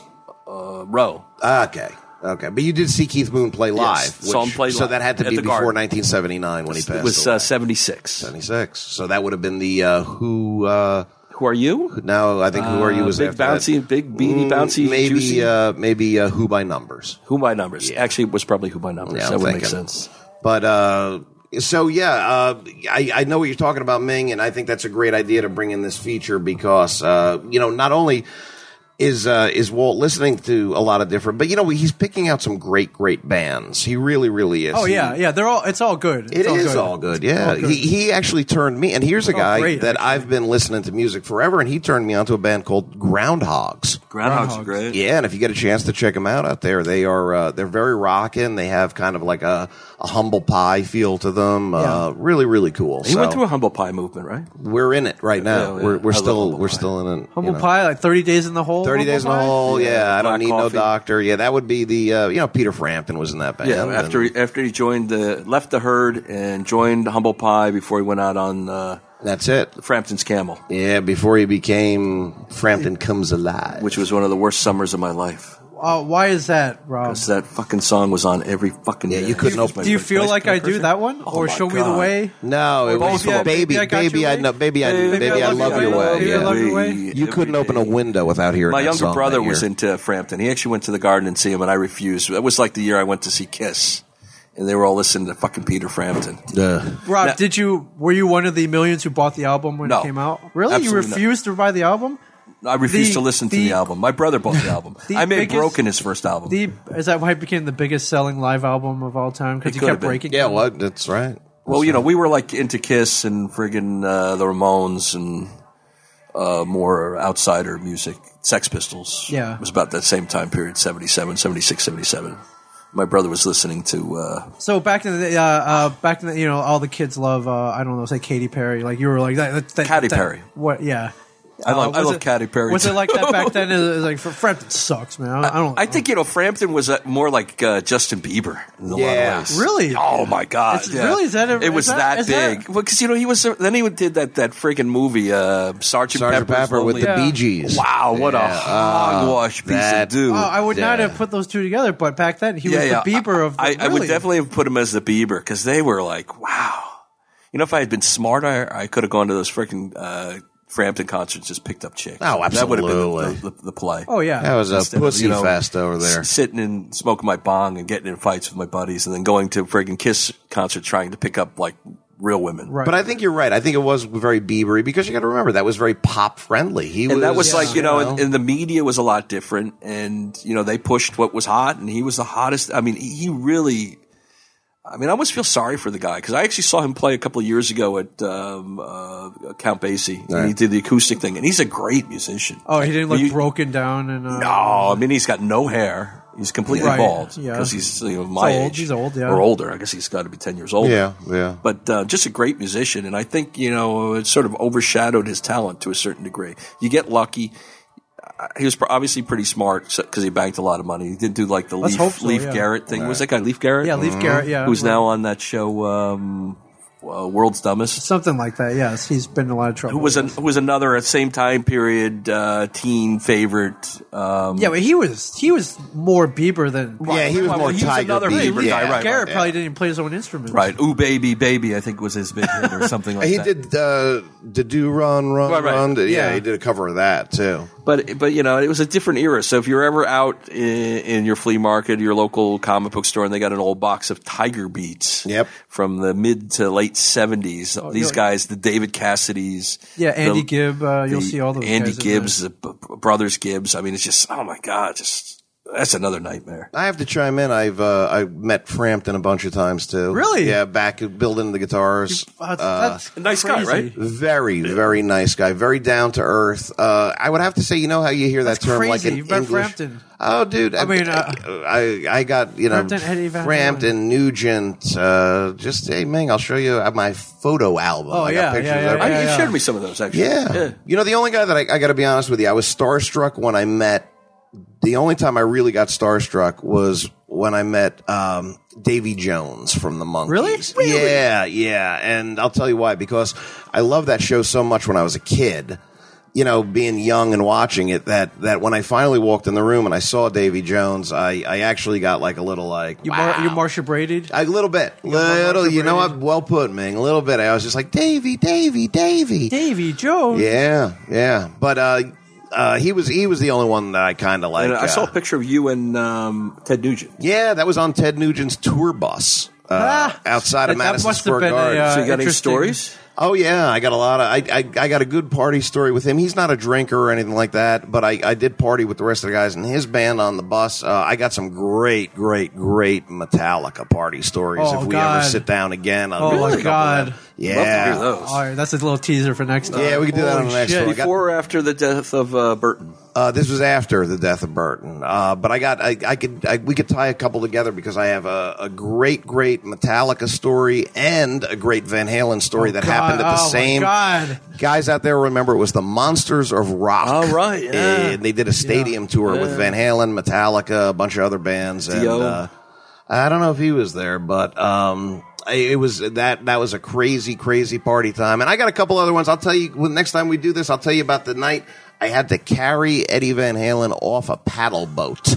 uh, row.
okay. Okay, but you did see Keith Moon play live.
saw him play
so
live
that had to
at
be
the
before
Garden.
1979 when he passed.
It was
away.
uh, seventy six.
76. So that would have been the uh, Who. Uh,
Who are you?
now I think Who Are You
Uh,
was
big
after
bouncy,
that.
big beady,
Mm,
bouncy,
Maybe
juicy.
Uh, maybe uh, Who by Numbers.
Who by numbers? Actually, it was probably who by numbers.
Yeah, I'm
that would make
thinking.
sense.
But uh, so yeah, uh, I, I know what you're talking about, Ming, and I think that's a great idea to bring in this feature because uh, you know not only is uh, is Walt listening to a lot of different. But you know, he's picking out some great, great bands. He really, really is.
Oh
He-
yeah, yeah. They're all. It's all good.
It is all good. Yeah,
all good. Oh,
He, he actually turned me. And here's a guy
great,
that I've been listening to music forever, and he turned me onto a band called Groundhogs.
Groundhogs,
Groundhogs.
are great.
Yeah, and if you get a chance to check them out out there, they are uh, they're very rocking. They have kind of like a, a humble pie feel to them. Uh, really, really cool.
He
so
went through a humble pie movement, right?
we're in it right now.
Yeah, yeah.
We're, we're
I love
still
humble
we're
pie.
still in it.
Humble
you know.
Pie, like thirty days in the hole.
Thirty
Humble
days in the
Pie?
hole. Yeah, I don't
Black
need
coffee.
no doctor. Yeah, that would be the uh, you know Peter Frampton was in that band.
Yeah, after he, after he joined the left the herd and joined Humble Pie before he went out on uh,
and that's it.
Frampton's Camel,
Yeah, before he became Frampton comes alive.
which was one of the worst summers of my life.
Uh, why is that, Rob?
So that fucking song was on every fucking.
Yeah,
day.
you couldn't
Excuse
open-
my
Do you
first
feel
nice
like I do
person.
that one,
Oh
or
my
show me the
God.
way?
no, it
Both
was
of 'em.
baby,
Maybe I got
baby,
you,
I
right?
know, baby, I,
Baby,
baby, I love
you,
your
I
way.
Maybe I
Yeah.
love your way.
You couldn't open a window without hearing
My
that
younger
song
brother
that
was
year.
into Frampton. He actually went to the garden and see him, and I refused. That was like the year I went to see Kiss, and they were all listening to fucking Peter Frampton.
Yeah.
Rob,
No.
did you? Were you one of the millions who bought the album when
No.
it came out? Really, you
Absolutely not.
refused to buy the album?
I refused
The-
to listen to
the-
the album. My brother bought the album.
[laughs] the
I made
biggest-
Broken his first album.
The is that why it became the biggest selling live album of all time because
It
you
could
kept
have been.
breaking.
Yeah,
them?
what? That's right.
well, you know, we were like into Kiss and friggin' uh, the Ramones and uh, more outsider music. Sex Pistols.
Yeah.
It was about that same time period, 77, 76, 77. My brother was listening to uh,
So back in the uh, uh, back in the you know all the kids love uh, I don't know say Katy Perry like you were like that, that, that
Katy
that-
Perry.
what yeah
I love- I
Uh, was
love
it-
Katy Perry,
was it
too.
like that
[laughs]
back then it was like for Frampton sucks man I, I don't
I think you know Frampton was uh, more like uh, Justin Bieber in a lot
Yeah.
of ways.
Really?
Oh my God!
It's- really? Is that a-
it was
is that-
that,
is that-
big? Because you know he was uh, then he did that that freaking movie uh, Sergeant,
Sergeant
Pepper's
Pepper with
Lonely-
the
Yeah.
Bee Gees. uh,
Wow! What a hogwash piece
that-
of dude!
oh, I would not
Yeah.
have put those two together but back then he
yeah,
was
yeah.
the Bieber
I,
of the,
I, I would
really?
definitely have put him as the Bieber because they were like, wow. You know, if I had been smarter, I could have gone to those freaking uh, Frampton concerts, just picked up chicks.
Oh,
That would have been the,
absolutely.
the, the, the play.
oh yeah
That was a
Instead of,
pussy
you know,
fest over there.
s- Sitting and smoking my bong and getting in fights with my buddies and then going to a friggin' Kiss concert trying to pick up like real women.
Right.
But I think you're right. I think it was very Biebery because you got to remember that was very pop friendly. He
And
was,
that was like, you know, and, and the media was a lot different and, you know, they pushed what was hot and he was the hottest. I mean, he he really, I mean, I almost feel sorry for the guy because I actually saw him play a couple of years ago at um, uh, Count Basie and he did the acoustic thing and he's a great musician.
oh he didn't look
You-
broken down and uh,
No, I mean he's got no hair. He's completely
Right,
bald
yeah.
because he's you know, my
old,
age.
he's old, yeah.
or older. I guess he's got to be ten years older.
yeah, yeah.
But uh, just a great musician, and I think you know it sort of overshadowed his talent to a certain degree. You get lucky. Uh, He was pr- obviously pretty smart because he banked a lot of money. He didn't do like the
Let's hope
Leaf,
so,
Leaf
yeah.
Garrett thing. Was that guy Leaf Garrett?
yeah Leaf Garrett yeah
Mm-hmm. who's
right.
now on that show, um, uh, World's Dumbest.
something like that yes he's been in a lot of trouble
Who was an, who was another at same time period uh, teen favorite? Um,
yeah but he was he was more Bieber than
yeah, he was
Well,
more
he was
Tiger
another
Bieber.
Bieber
yeah.
guy, right,
Garrett probably didn't even play his own instrument
Right. Ooh, baby, baby, I think was his big hit or
[laughs]
something like
He
that.
did uh, the do run run
Right, right.
run. Yeah,
Yeah.
he did a cover of that too.
But but you know, it was a different era. So if you're ever out in, in your flea market, your local comic book store, and they got an old box of Tiger Beats,
Yep.
from the mid to late '70s. These
Oh, yeah.
guys, the David Cassidy's,
yeah Andy
the-
Gibb uh, you'll
the
see all those
Andy
guys in there.
Gibbs, the B- B- brothers Gibbs. I mean, it's just oh my god, just that's another nightmare.
I have to chime in. I've uh, I met Frampton a bunch of times too.
Really? uh,
Yeah, back building the guitars.
Wow, that's-
uh,
that's
nice guy,
crazy.
right?
Very, very nice guy. Very down to earth. Uh, I would have to say, you know how you hear that
That's
term like
crazy.
in
You've been
English.
Frampton.
Oh, dude. I,
mean, uh,
I, I got you know
Frampton, Eddie Van
Frampton, Nugent. Uh, just hey, Ming, I'll show you my photo album.
Oh,
I
yeah,
got pictures
yeah, yeah,
of
yeah.
everything.
I, you showed me some of those actually.
Yeah. You know, the only guy that I, I got to be honest with you, I was starstruck when I met. The only time I really got starstruck was when I met um, Davy Jones from the Monkees.
Really? Really?
Yeah, yeah. And I'll tell you why because I loved that show so much when I was a kid. You know, being young and watching it, that that when I finally walked in the room and I saw Davy Jones, I I actually got like a little like
You,
wow.
Mar- you Marsha Braided?
A little bit, little. You know what? Well put, Ming. A little bit. I was just like Davy, Davy, Davy.
Davy Jones.
Yeah, yeah. But uh, uh, he was he was the only one that I kind of like.
And I saw
uh,
a picture of you and um, Ted Nugent.
yeah, that was on Ted Nugent's tour bus uh,
Ah!
outside of
That- that
Madison
must have
Square
been a,
Garden.
uh,
So you got any
Interesting.
stories?
Oh yeah, I got a lot of. I, I I got a good party story with him. He's not a drinker or anything like that, but I I did party with the rest of the guys in his band on the bus. Uh, I got some great, great, great Metallica party stories.
Oh,
if we
God.
ever sit down again, on
Oh, my God.
yeah,
Love to hear those.
All right, that's a little teaser for next time.
Yeah, we can do that
Holy
on the next
shit.
one. I got-
Before or after the death of uh, Burton?
Uh, this was after the death of Burton, uh, but I got I, I could I, we could tie a couple together because I have a, a great great Metallica story and a great Van Halen story that
God,
happened at the
oh my
same.
God.
Guys out there remember it was the Monsters of Rock.
Oh,
Eh,
right, yeah.
and they did a stadium tour with Van Halen, Metallica, a bunch of other bands, and
Dio.
uh, I don't know if he was there, but um, I- it was that that was a crazy, crazy party time. And I got a couple other ones. I'll tell you when next time we do this. I'll tell you about the night I had to carry Eddie Van Halen off a paddle boat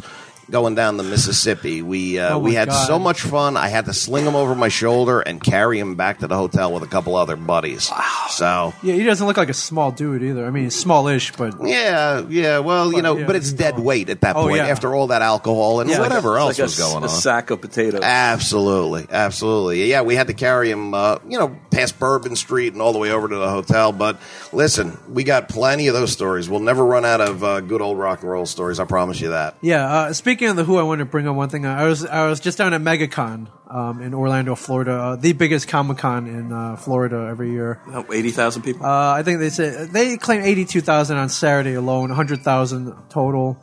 going down the Mississippi. We uh,
Oh,
we
my
had
God.
so much fun. I had to sling him over my shoulder and carry him back to the hotel with a couple other buddies. Wow. So.
Yeah, he doesn't look like a small dude either. I mean, he's smallish, but
Yeah, yeah. Well, you know,
yeah,
but it's
he's
dead
gone.
weight at that
Oh,
point.
yeah.
After all that alcohol and
Yeah,
whatever
like
else
a-
was going on,
a sack of potatoes.
Absolutely, absolutely. Yeah, we had to carry him, uh, you know, past Bourbon Street and all the way over to the hotel. But listen, we got plenty of those stories. We'll never run out of uh, good old rock and roll stories. I promise you that.
Yeah, uh, speaking of the Who, I wanted to bring up one thing. I was I was just down at MegaCon um, in Orlando, Florida, uh, the biggest Comic Con in uh, Florida every year.
Oh, 80,000 people.
Uh, I think they say they claim eighty two thousand on Saturday alone, hundred thousand total.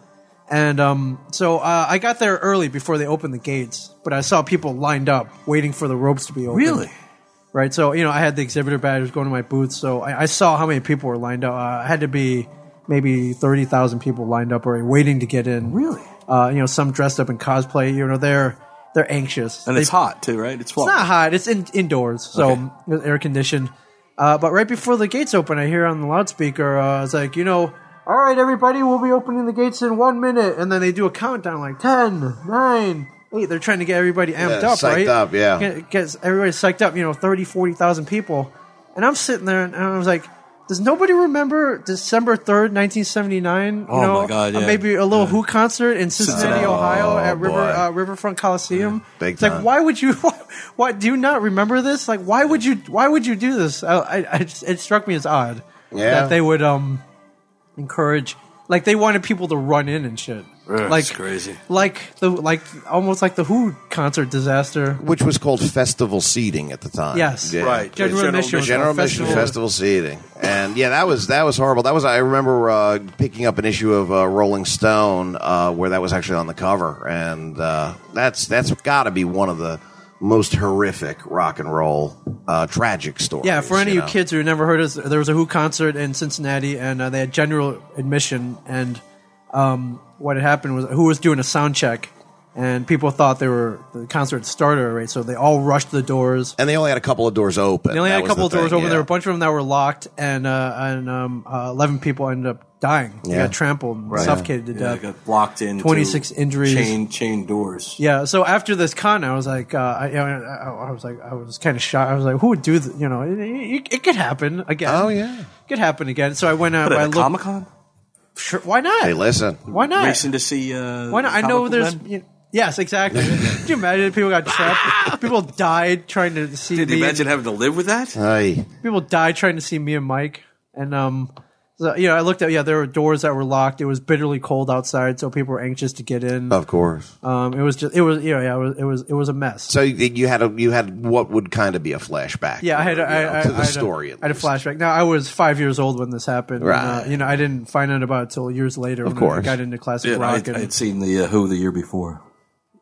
And um, so uh, I got there early before they opened the gates, but I saw people lined up waiting for the ropes to be opened.
really?
Right. So you know, I had the exhibitor badge, was going to my booth, so I, I saw how many people were lined up. Uh, I had to be maybe thirty thousand people lined up already waiting to get in.
Really?
Uh, you know, some dressed up in cosplay. You know, they're they're anxious.
And
They-
it's hot, too, right? It's,
It's not hot. It's in, indoors, so
Okay.
it's air conditioned. Uh, but right before the gates open, I hear on the loudspeaker, uh, it's like you know. All right, everybody, we'll be opening the gates in one minute. And then they do a countdown like 10, 9, 8. They're trying to get everybody amped
Yeah,
up,
psyched
right?
up, yeah.
Get- gets everybody psyched up, you know, 30, 40,000 people. And I'm sitting there and I was like, does nobody remember December 3rd, 1979? You
Oh,
know,
my God,
uh,
yeah.
Maybe a little Who concert in Cincinnati,
Oh,
Ohio at River,
boy.
uh, Riverfront Coliseum.
big
it's like,
time.
why would you, [laughs] why, do you not remember this? Like, why would you, why would you do this? I, I, I just, it struck me as odd
Yeah.
that they would, um, encourage, like they wanted people to run in and shit. like
it's crazy.
Like the, like almost like the Who concert disaster.
Which was called festival seating at the time.
Yes.
Yeah.
Right.
General,
General
Mission. was
General
a
Mission Festival seating, and yeah, that was that was horrible. That was I remember uh, picking up an issue of uh, Rolling Stone uh, where that was actually on the cover, and uh, that's that's got to be one of the most horrific rock and roll uh, tragic stories.
Yeah, for any of
know.
you kids who never heard us, there was a Who concert in Cincinnati, and uh, they had general admission. And um, what had happened was Who was doing a sound check, and people thought they were the concert had started already, so they all rushed the doors.
and they only had a couple of doors open.
They only had
That
a
was
couple of
the
doors
thing,
open.
yeah.
There were a bunch of them that were locked, and uh, and um, uh, eleven people ended up dying. They
Yeah.
got trampled, and suffocated to
Yeah, I
death.
got blocked in.
26 injuries.
Chain, chain doors.
Yeah. So after this con, I was like, uh, I, you know, I, I was like, I was kind of shocked. I was like, who would do? Th-? You know, it, it, it could happen again.
Oh, yeah.
it could happen again. So I went out.
But
I
at
looked.
Comic Con?
sure, why not?
Hey, listen,
why not?
Racing to see. Uh,
why not? I
comic
know
book
there's.
men?
You, yes,
[laughs]
exactly. Could you imagine if people got trapped? people died trying to see
Did you
me.
imagine having to live with that?
hey,
people died trying to see me and Mike. And um, so, you know, I looked at yeah, there were doors that were locked. It was bitterly cold outside, so people were anxious to get
Oh.
in.
of course.
Um, it was just it was you know yeah, it was it was it was a mess.
So you- you had a you had what would kind of be a flashback.
Yeah, I had
you
a,
know,
I, I,
to the
I had a-
story. at
I had a
least.
flashback. Now I was five years old when this happened. and, uh,
Right.
you know, I didn't find out about it till years later. Of
course.
I got into classic
Yeah,
rock.
I'd,
and,
I'd seen the uh, Who the year before.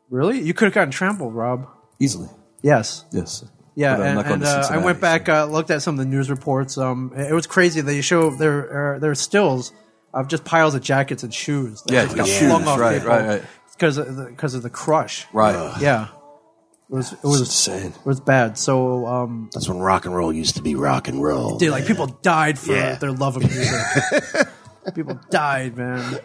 really, you could have gotten trampled, Rob.
Easily.
Yes.
Yes.
Yeah,
But I'm
and,
not going
and,
to
uh, I
Cincinnati,
went
so-
back, uh, looked at some of the news reports. Um, it it was crazy. They show their uh, their stills of just piles of jackets and shoes. That
Yeah,
just got
yeah.
flung
shoes,
off
right,
people
right, right.
because of the, because of the crush.
Right.
Yeah, it was it was
insane.
it was bad. So um,
That's when rock and roll used to be rock and roll.
Dude, like people died for
Yeah.
their love of
[laughs]
music. people died, man.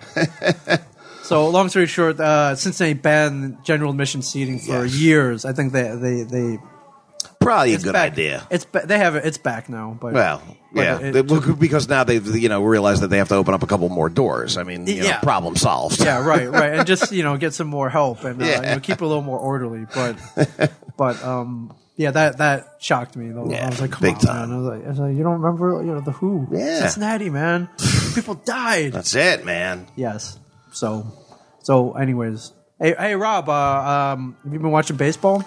so long story short, uh, Cincinnati banned general admission seating for years. I think they they they
Probably a good
back.
idea.
It's ba- they have it. It's back now. But
Well,
But
yeah,
it-
They- well, because now they've you know realized that they have to open up a couple more doors. I mean, you know,
Yeah.
problem solved.
yeah, right, right, and
[laughs]
just you know get some more help and uh,
Yeah.
you know, keep it a little more orderly.
[laughs]
But but um yeah, that that shocked me though.
Yeah,
I was like, come
big
on,
time.
man. I was like, I was like, you don't remember you know the Who?
Yeah.
Cincinnati,
[laughs]
man. People died.
That's it, man.
yes. So so anyways, hey hey Rob, uh, um, have you been watching baseball?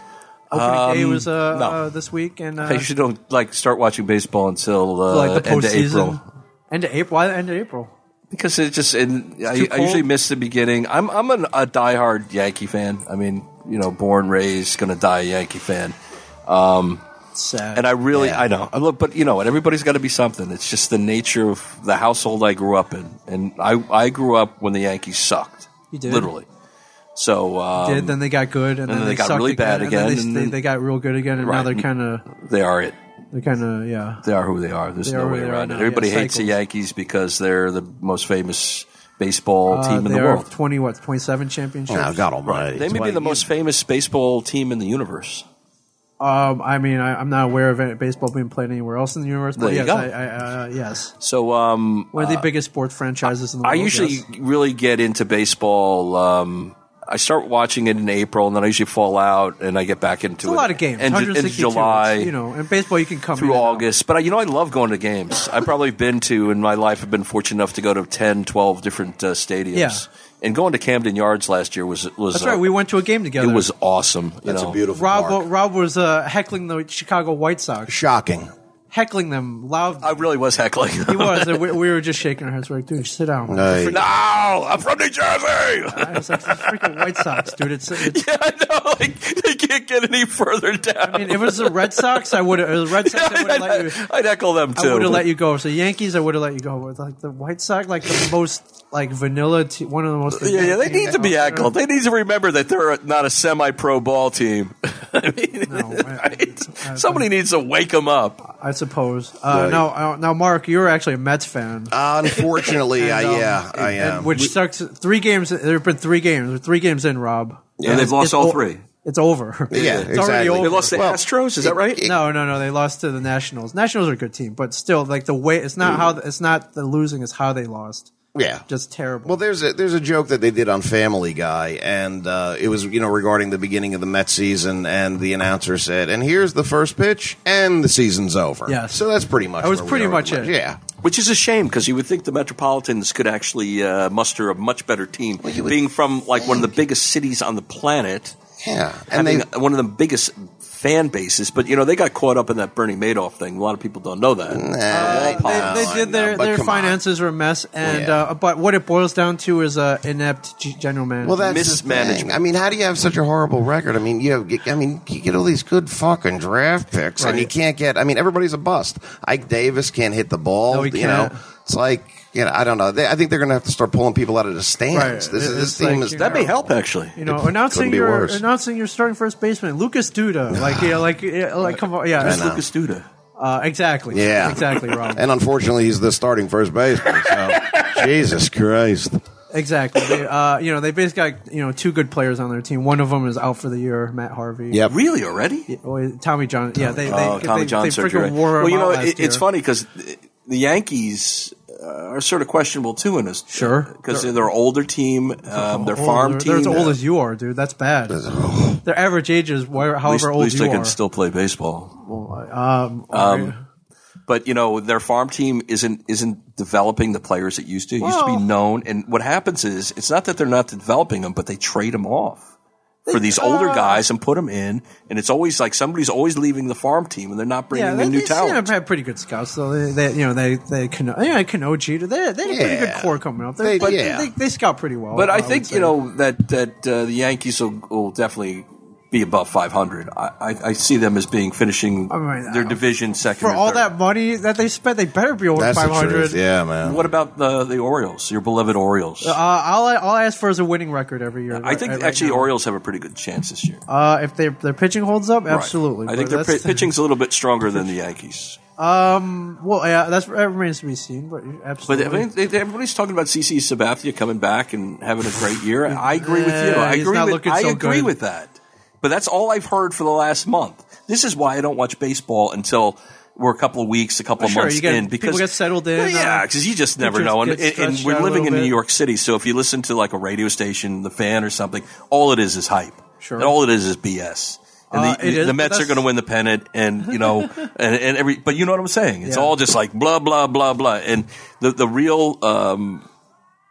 Opening day
Um,
was uh,
no.
uh this week and uh,
I usually don't like start watching baseball until uh,
like the
end of April
postseason. End of April. Why the end of April?
because it just and I,
too
I usually
cold?
miss the beginning. I'm I'm an, a diehard Yankee fan. I mean, you know, born raised, gonna die a Yankee fan.
It's sad.
And I really, I know. I look, but you know what? Everybody's got to be something. It's just the nature of the household I grew up in, and I I grew up when the Yankees sucked.
You did?
literally. So um,
did, then they got good, and, then,
then
they,
they got
sucked
really
again,
bad
and then
again,
they,
and
they-
then-
they got real good again, and now
Right.
they're kind of
they are it.
they're kind of yeah.
They are who they are. There's
They
no
are who
way
they are
around
now,
it. Everybody
yeah,
hates the
cycles.
Yankees because they're the most famous baseball
Uh,
team in
they
the
are
world.
twenty what twenty seven championships.
Oh, God Almighty!
They may be the most famous baseball team in the universe.
Um, I mean, I, I'm not aware of any baseball being played anywhere else in the universe. But
There you
yes,
go.
I, I, uh, yes,
So um,
one of the biggest sports franchises in the
I
world.
usually
yes.
really get into baseball. Um, I start watching it in April, and then I usually fall out, and I get back into
it's a
it
lot of games.
in, in
162,
July
it's, you know, in baseball you can come
through
in and out.
August. But I, you know, I love going to games. I've probably been to in my life. I've been fortunate enough to go to 10, 12 different uh, stadiums.
Yeah.
And going to Camden Yards last year was was
That's
uh,
right. We went to a game together.
it was awesome. You
That's
know?
a beautiful
Rob.
park.
Rob was uh, heckling the Chicago White Sox,
Shocking.
heckling them loud.
I really was heckling.
he was. and we, we were just shaking our heads. We're like, dude, sit down.
Hey.
[laughs] no, I'm from
[laughs]
New Jersey.
I was like, "It's the freaking White Sox, dude. It's, it's
[laughs] I know, like they can't get any further down.
I mean, if it was the Red Sox, I would have. Red Sox,
[laughs]
I would have let you.
I'd, I'd heckle them
I
too.
would have let you go. So Yankees, I would have let you go. But like the White Sox, like the most like vanilla, te- one of the most.
Yeah, yeah, they
[laughs]
need to be
vanilla
heckled. They need to remember that they're not a semi-pro ball team. [laughs] I mean,
No, I-
[laughs] right?
Oh, I- I-
somebody needs to wake them up.
I suppose. Uh, now, uh, now, Mark, you're actually a Mets fan.
Unfortunately, I,
And, um,
yeah, I
and-
am.
Which sucks. Three games. There have been three games. We're Three games in, Rob.
Yeah, they've lost
o-
all three.
It's over. [laughs]
yeah,
it's already
exactly.
over.
They lost the
Well,
Astros. Is that right?
No, no, no. They lost to the Nationals. Nationals are a good team, but still, like the way it's
Mm.
not how it's not the losing; it's how they lost.
yeah.
Just terrible.
Well, there's a there's a joke that they did on Family Guy, and uh, it was you know regarding the beginning of the Mets season, and the announcer said, "And here's the first pitch, and the season's over."
Yes.
so that's pretty much.
That was
where we
pretty
are
much
with the
it.
Mets. Yeah,
Which is a shame because you would think the Metropolitans could actually uh, muster a much better team, being from like one of the biggest cities on the planet,
yeah, and
having
they
one of the biggest fan bases. But you know, they got caught up in that Bernie Madoff thing. A lot of people don't know that.
Uh,
Wall
they,
Pop.
they
I
did
know,
their,
but
their
come on.
finances were a mess, and
Yeah.
uh, but what it boils down to is uh, inept g- general manager.
well, that's the
mismanagement.
thing. I mean, how do you have such a horrible record? I mean, you have, I mean, you get all these good fucking draft picks, and
Right.
you can't get. I mean, everybody's a bust. Ike Davis can't hit the ball.
No, he
you
can't.
know, it's like. You know, I don't know. They, I think they're going to have to start pulling people out of the stands.
Right.
This, is,
It's
this team
like,
is
you
that may help actually.
you know, announcing
couldn't be
your
worse.
announcing your starting first baseman, Lucas Duda. Like yeah, like yeah, like come on,
Who's
yeah,
Lucas Duda.
uh, exactly,
Yeah.
exactly, Rob,
And unfortunately, he's the starting first baseman.
[laughs]
So. Jesus Christ.
exactly. They, uh, you know, they basically got you know two good players on their team. One of them is out for the year, Matt Harvey.
Yep.
Really already?
Oh, Tommy John. Yeah, they, they,
oh, Tommy
they,
John
they
surgery.
freaking
right?
wore him
well, you know,
out last
it, it's
year.
funny because the Yankees uh, are sort of questionable too in this.
Sure.
because they're, they're an older team, um, they're
Oh,
farm
they're,
team.
They're as old as you are, dude. That's bad. Their average age is where,
At least,
however
at
old
least
you
they
are.
can still play baseball.
um,
But you know, their farm team isn't isn't developing the players it used to. It used to
Well-
be known, and what happens is it's not that they're not developing them, but they trade them off. For these older
uh,
guys and put them in, and it's always like somebody's always leaving the farm team, and they're not bringing
yeah,
in new
they, they
talent.
have had pretty good scouts, though. They, they you know, they they can, yeah, Kanoji. They, they had a pretty good
Yeah.
core coming up.
They-
They, they,
yeah.
they, they scout pretty well.
But I,
would
think
say.
you know that that uh, the Yankees will, will definitely be above 500. I, I, I see them as being finishing
mean,
their
uh,
division second.
for
or
all
third.
that money that they spent, they better be over
That's
five
the
hundred.
truth. Yeah, man.
What about the the Orioles? Your beloved Orioles.
Uh, all I, all I ask for is a winning record every year.
I think
right- right
actually
now.
Orioles have a pretty good chance this year.
Uh, if their their pitching holds up,
Right.
absolutely.
I think
But
their pi
that's-
pitching's a little bit stronger than the Yankees.
[laughs] Well, yeah, that's that remains to be seen. But
But
absolutely.
I mean, they- they- everybody's talking about CC Sabathia coming back and having a great
[laughs]
year. I agree with you.
Uh,
I
he's
agree
not
with
looking
I
so
agree
good.
with that. But that's all I've heard for the last month. This is why I don't watch baseball until we're a couple of weeks, a couple of
Sure,
months
you get-
in
people
because
get settled in,
Well, yeah,
uh,
because you just never
just
know. And,
get
and- and
stretched out
we're
a
living in
little
New
bit.
York City, so if you listen to like a radio station, the fan or something, all it is is hype.
Sure.
And all it is is BS. And
Uh,
the,
it is,
the
but
Mets are
that's-
going to win the pennant, and you know, and, and every. But you know what I'm saying? It's
Yeah.
all just like blah blah blah blah. And the the real um,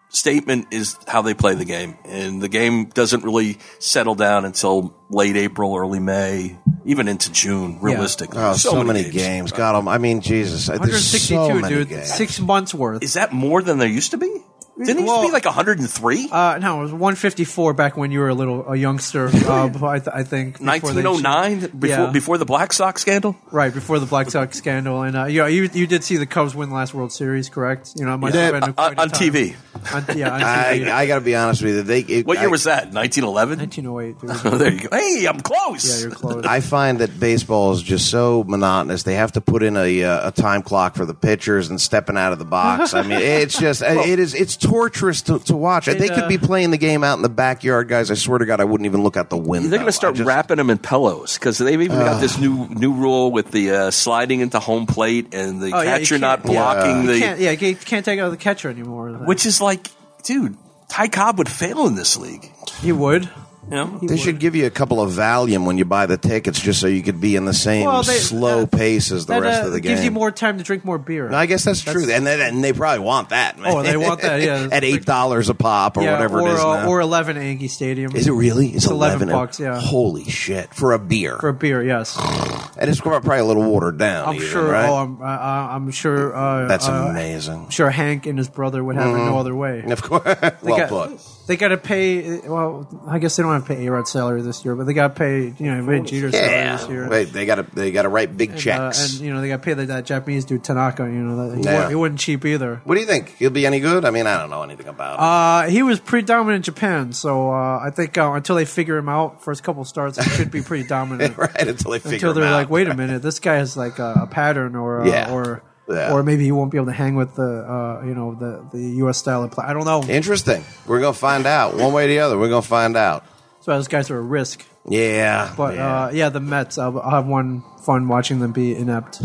statement is how they play the game, and the game doesn't really settle down until late April, early May, even into June. Realistically,
Oh, so, many, games. Got them. I mean, Jesus. There's
162,
so many
dude.
games.
Six months worth.
Is that more than there used to be? Didn't it used to
Well-
be like 103?
Uh, no, it was 154 back when you were a little a
[laughs]
youngster. Uh, before- I, th- I think before they-
1909 before
Yeah.
before the Black Sox scandal.
right before the Black Sox scandal, and uh, yeah, you you did see the Cubs win last World Series, correct? You know, it must
Yeah.
have been
Uh,
quite a
on
time.
TV.
On-
[laughs]
yeah, on TV.
I, I got to be honest with you. They, it,
What year
I,
was that? 1911.
1908.
Oh,
Dude.
[laughs] there you go. Hey, I'm close.
yeah, you're close.
I find that baseball is just so monotonous. They have to put in a uh, a time clock for the pitchers and stepping out of the box. I mean, it's
[laughs]
just it is it's torturous to, to watch. they
uh,
could be playing the game out in the backyard, guys. I swear to God, I wouldn't even look out the window.
They're going
I
to start
just-
wrapping them in pillows because they've even got this new new rule with the uh, sliding into home plate and the
Oh, yeah, you
catcher
can't- yeah.
not blocking
You
the,
can't, yeah, you can't take out the catcher anymore.
which is like, dude, Ty Cobb would fail in this league.
he would.
You know,
They should give you a couple of Valium when you buy the tickets, just so you could be in the same
Well, they-
slow
that-
pace as the
That,
rest
uh,
of the game.
gives you more time to drink more beer.
No, I guess that's, true, and they, and they probably want that. Man.
Oh, they want that, yeah.
[laughs] At eight dollars a pop or
yeah,
whatever
or,
it is.
uh,
now.
or 11 at Yankee Stadium.
Is it really? It's,
It's 11
eleven
bucks, yeah.
Holy shit for a beer,
for a beer? Yes,
and it's probably a little watered down.
I'm
even,
sure.
right?
Oh, I'm, uh, I'm sure. Uh,
That's
uh,
amazing.
I'm sure Hank and his brother would have it no other way.
[laughs] Of course, well
got- [laughs]
put.
They got to pay. Well, I guess they don't have to pay A Rod's salary this year, but they got to pay you know Vin Jeter's salary this year.
Yeah, Wait, they got to they got to write big
Uh, and
checks.
you know they got to pay that, that Japanese dude Tanaka. You know that he,
Yeah.
wa- he wasn't cheap either.
what do you think? He'll be any good? I mean, I don't know anything about him.
Uh, he was pretty dominant in Japan, so uh, I think uh, until they figure him out, first couple starts, he should be pretty dominant.
[laughs] right until they figure
Uh, until they're
him out.
like, wait a minute, this guy has like a, a pattern, or uh,
Yeah.
or
Yeah.
or maybe he won't be able to hang with the uh, you know the the U.S. style of play. I don't know.
Interesting. We're gonna find out one way or the other. We're gonna find out.
So those guys are a risk.
Yeah,
But
yeah.
uh, yeah, the Mets. I'll, I'll have one fun watching them be inept.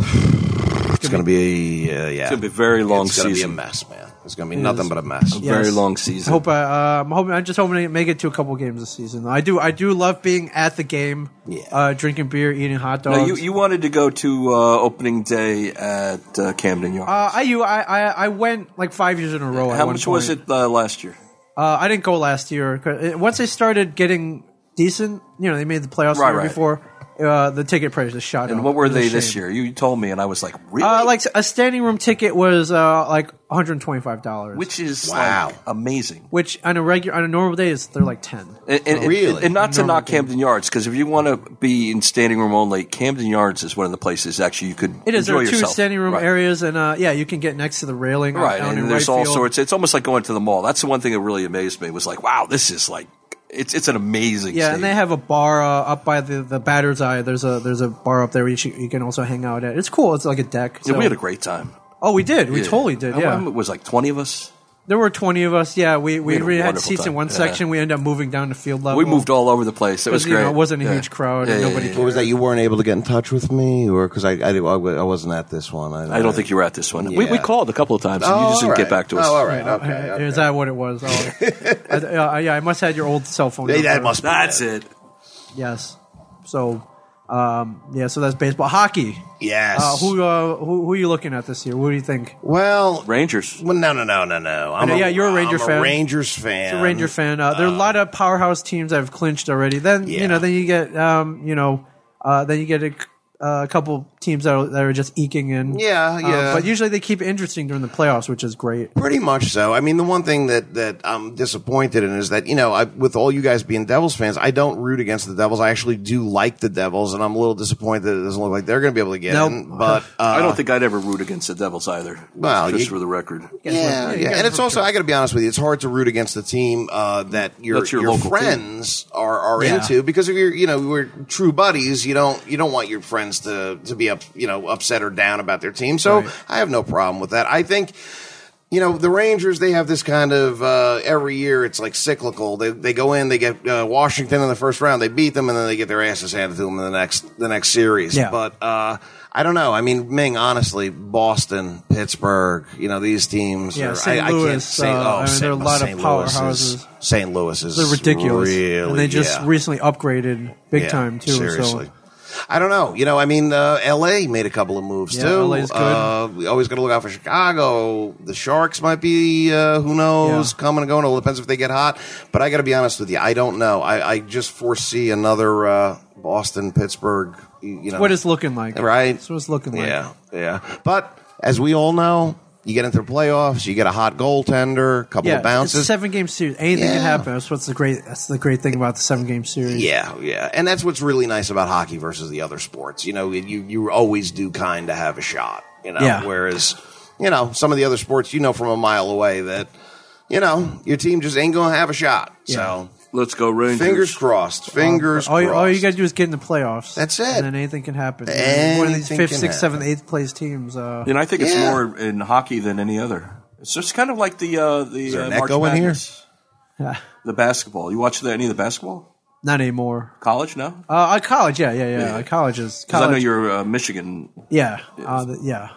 it's gonna be uh, yeah, it's
gonna be a very long
It's gonna
season.
be a mess, man. It's gonna be nothing but a mess.
very
Yes.
long
I
season.
hope I, uh, I'm hoping. I'm just hoping to make it to a couple games this season. I do. I do love being at the game.
Yeah.
Uh, drinking beer, eating hot dogs.
No, you, you wanted to go to uh, opening day at uh, Camden Yards.
uh, I, you, I, I, I went like five years in a row. at
How
one
much was
point.
it uh, last year?
Uh, I didn't go last year. 'cause it- Once they started getting decent, you know, they made the playoffs the
Right,
year
right.
before. Uh, the ticket prices shot.
And
up.
what were
Oh, It was a
they this
shame.
year? You told me, and I was like, really?
Uh, like a standing room ticket was uh, like 125 dollars, which,
which is
Wow.
like, amazing.
which on a regular on a normal day is they're like 10.
And, and-
Really?
and not to
Normal
knock
game.
Camden Yards because if you want to be in standing room only, Camden Yards is one of the places actually you could
It is. There
enjoy
are two
yourself.
standing room
Right.
areas, and uh, yeah, you can get next to the railing. on-
right?
down in
And there's
right
all
field.
sorts. It's almost like going to the mall. That's the one thing that really amazed me was like, wow, this is like it's it's an amazing.
Yeah, and they
stadium.
have a bar uh, up by the, the batter's eye. There's a there's a bar up there you, should, you can also hang out at. It's cool. It's like a deck.
Yeah,
so-
we had a great time.
oh, we did. We
Yeah.
totally did.
How-
Yeah,
how- It was like twenty of us.
there were twenty of us. Yeah, we we,
had a
we had
wonderful
seats in
time.
one
Yeah.
section. We ended up moving down to field level.
We moved all over the place. It was
'Cause, Oh, you
great.
know, it wasn't a
Yeah.
huge crowd
Yeah,
and
yeah,
nobody
yeah,
What was that? You weren't able to get in touch with me, or because I, I, I wasn't at this one.
I don't think you were at this one. We, we
Yeah.
called a couple of times, and you just
all
didn't get
right.
back to us.
Oh, all right.
Uh,
Okay. okay.
Is that what it was?
[laughs]
Oh, I, uh, yeah, I must have had your old cell phone.
Hey, that
number.
must be
That's
it.
it.
Yes. So, um, yeah. So that's baseball. Hockey.
Yes.
Uh, who, uh, who who are you looking at this year? What do you think?
well,
Rangers.
well, no, no, no, no, no. I'm
know,
a,
yeah, you're a Ranger
I'm
fan.
Rangers fan.
a Ranger fan. Uh, there are a lot of powerhouse teams that have clinched already. Then you know,
Yeah.
then you get um, you know, uh, then you get a, c- uh, a couple teams that are, that are just eking in.
Yeah,
Uh,
yeah.
but usually they keep it interesting during the playoffs, which is great.
Pretty much so. I mean, the one thing that, that I'm disappointed in is that, you know, I, with all you guys being Devils fans, I don't root against the Devils. I actually do like the Devils, and I'm a little disappointed that it doesn't look like they're going to be able to get
Nope.
in. But, uh,
[laughs] I don't think I'd ever root against the Devils either.
Well,
just
you-
for the record.
Yeah, yeah. and it's also I got to be honest with you, it's hard to root against the team uh, that your
That's your
your,
local
friends are, are
Yeah.
into because if you're you know we're true buddies, you don't you don't want your friends to to be up you know upset or down about their team. So
Right.
I have no problem with that. I think you know, the Rangers, they have this kind of uh, every year it's like cyclical. They, they go in, they get uh, Washington in the first round, they beat them, and then they get their asses handed to them in the next the next series.
Yeah.
But uh, I don't know. I mean, Ming, honestly, Boston, Pittsburgh, you know, these teams.
Yeah,
are,
St.
I, I can't
Louis,
say.
uh,
oh,
I mean,
St.
there are a lot of
St. Louis
powerhouses.
Is, St. Louis is
They're ridiculous.
Really,
and they just
yeah.
recently upgraded big
Yeah,
time too.
Seriously.
So
I don't know. You know, I mean, uh, L.A. made a couple of moves
Yeah,
too.
LA 's good.
Uh, we always got to look out for Chicago. The Sharks might be, uh, who knows,
Yeah.
coming and going. It all depends if they get hot. But I got to be honest with you, I don't know. I, I just foresee another uh, Boston, Pittsburgh. You you know,
what it's looking like,
Right.
That's what it's looking like.
yeah, yeah. But as we all know, you get into the playoffs, you get a hot goaltender, a couple
Yeah,
of bounces.
it's seven game series. Anything
Yeah.
can happen. That's what's the great. That's the great thing about the seven game series.
Yeah, yeah, and that's what's really nice about hockey versus the other sports. You know, you you always do kind of have a shot. You know,
Yeah.
whereas you know some of the other sports, you know, from a mile away that you know your team just ain't gonna have a shot. So
Let's go Rangers.
fingers crossed, fingers
All you,
crossed.
all you got to do is get in the playoffs.
That's it.
And then anything can happen. And One of these
Anything
fifth,
can
sixth, seventh,
happen.
eighth place teams. Uh,
And I think it's
Yeah.
more in hockey than any other. It's just kind of like the uh, the
there
uh,
an
March
echo in here?
Madness. The basketball. You watch the, any of the basketball?
not anymore.
College? No.
Uh, at college, yeah, yeah, yeah.
Yeah.
At College is
'Cause
college.
I know you're uh, Michigan.
yeah, uh, the- yeah.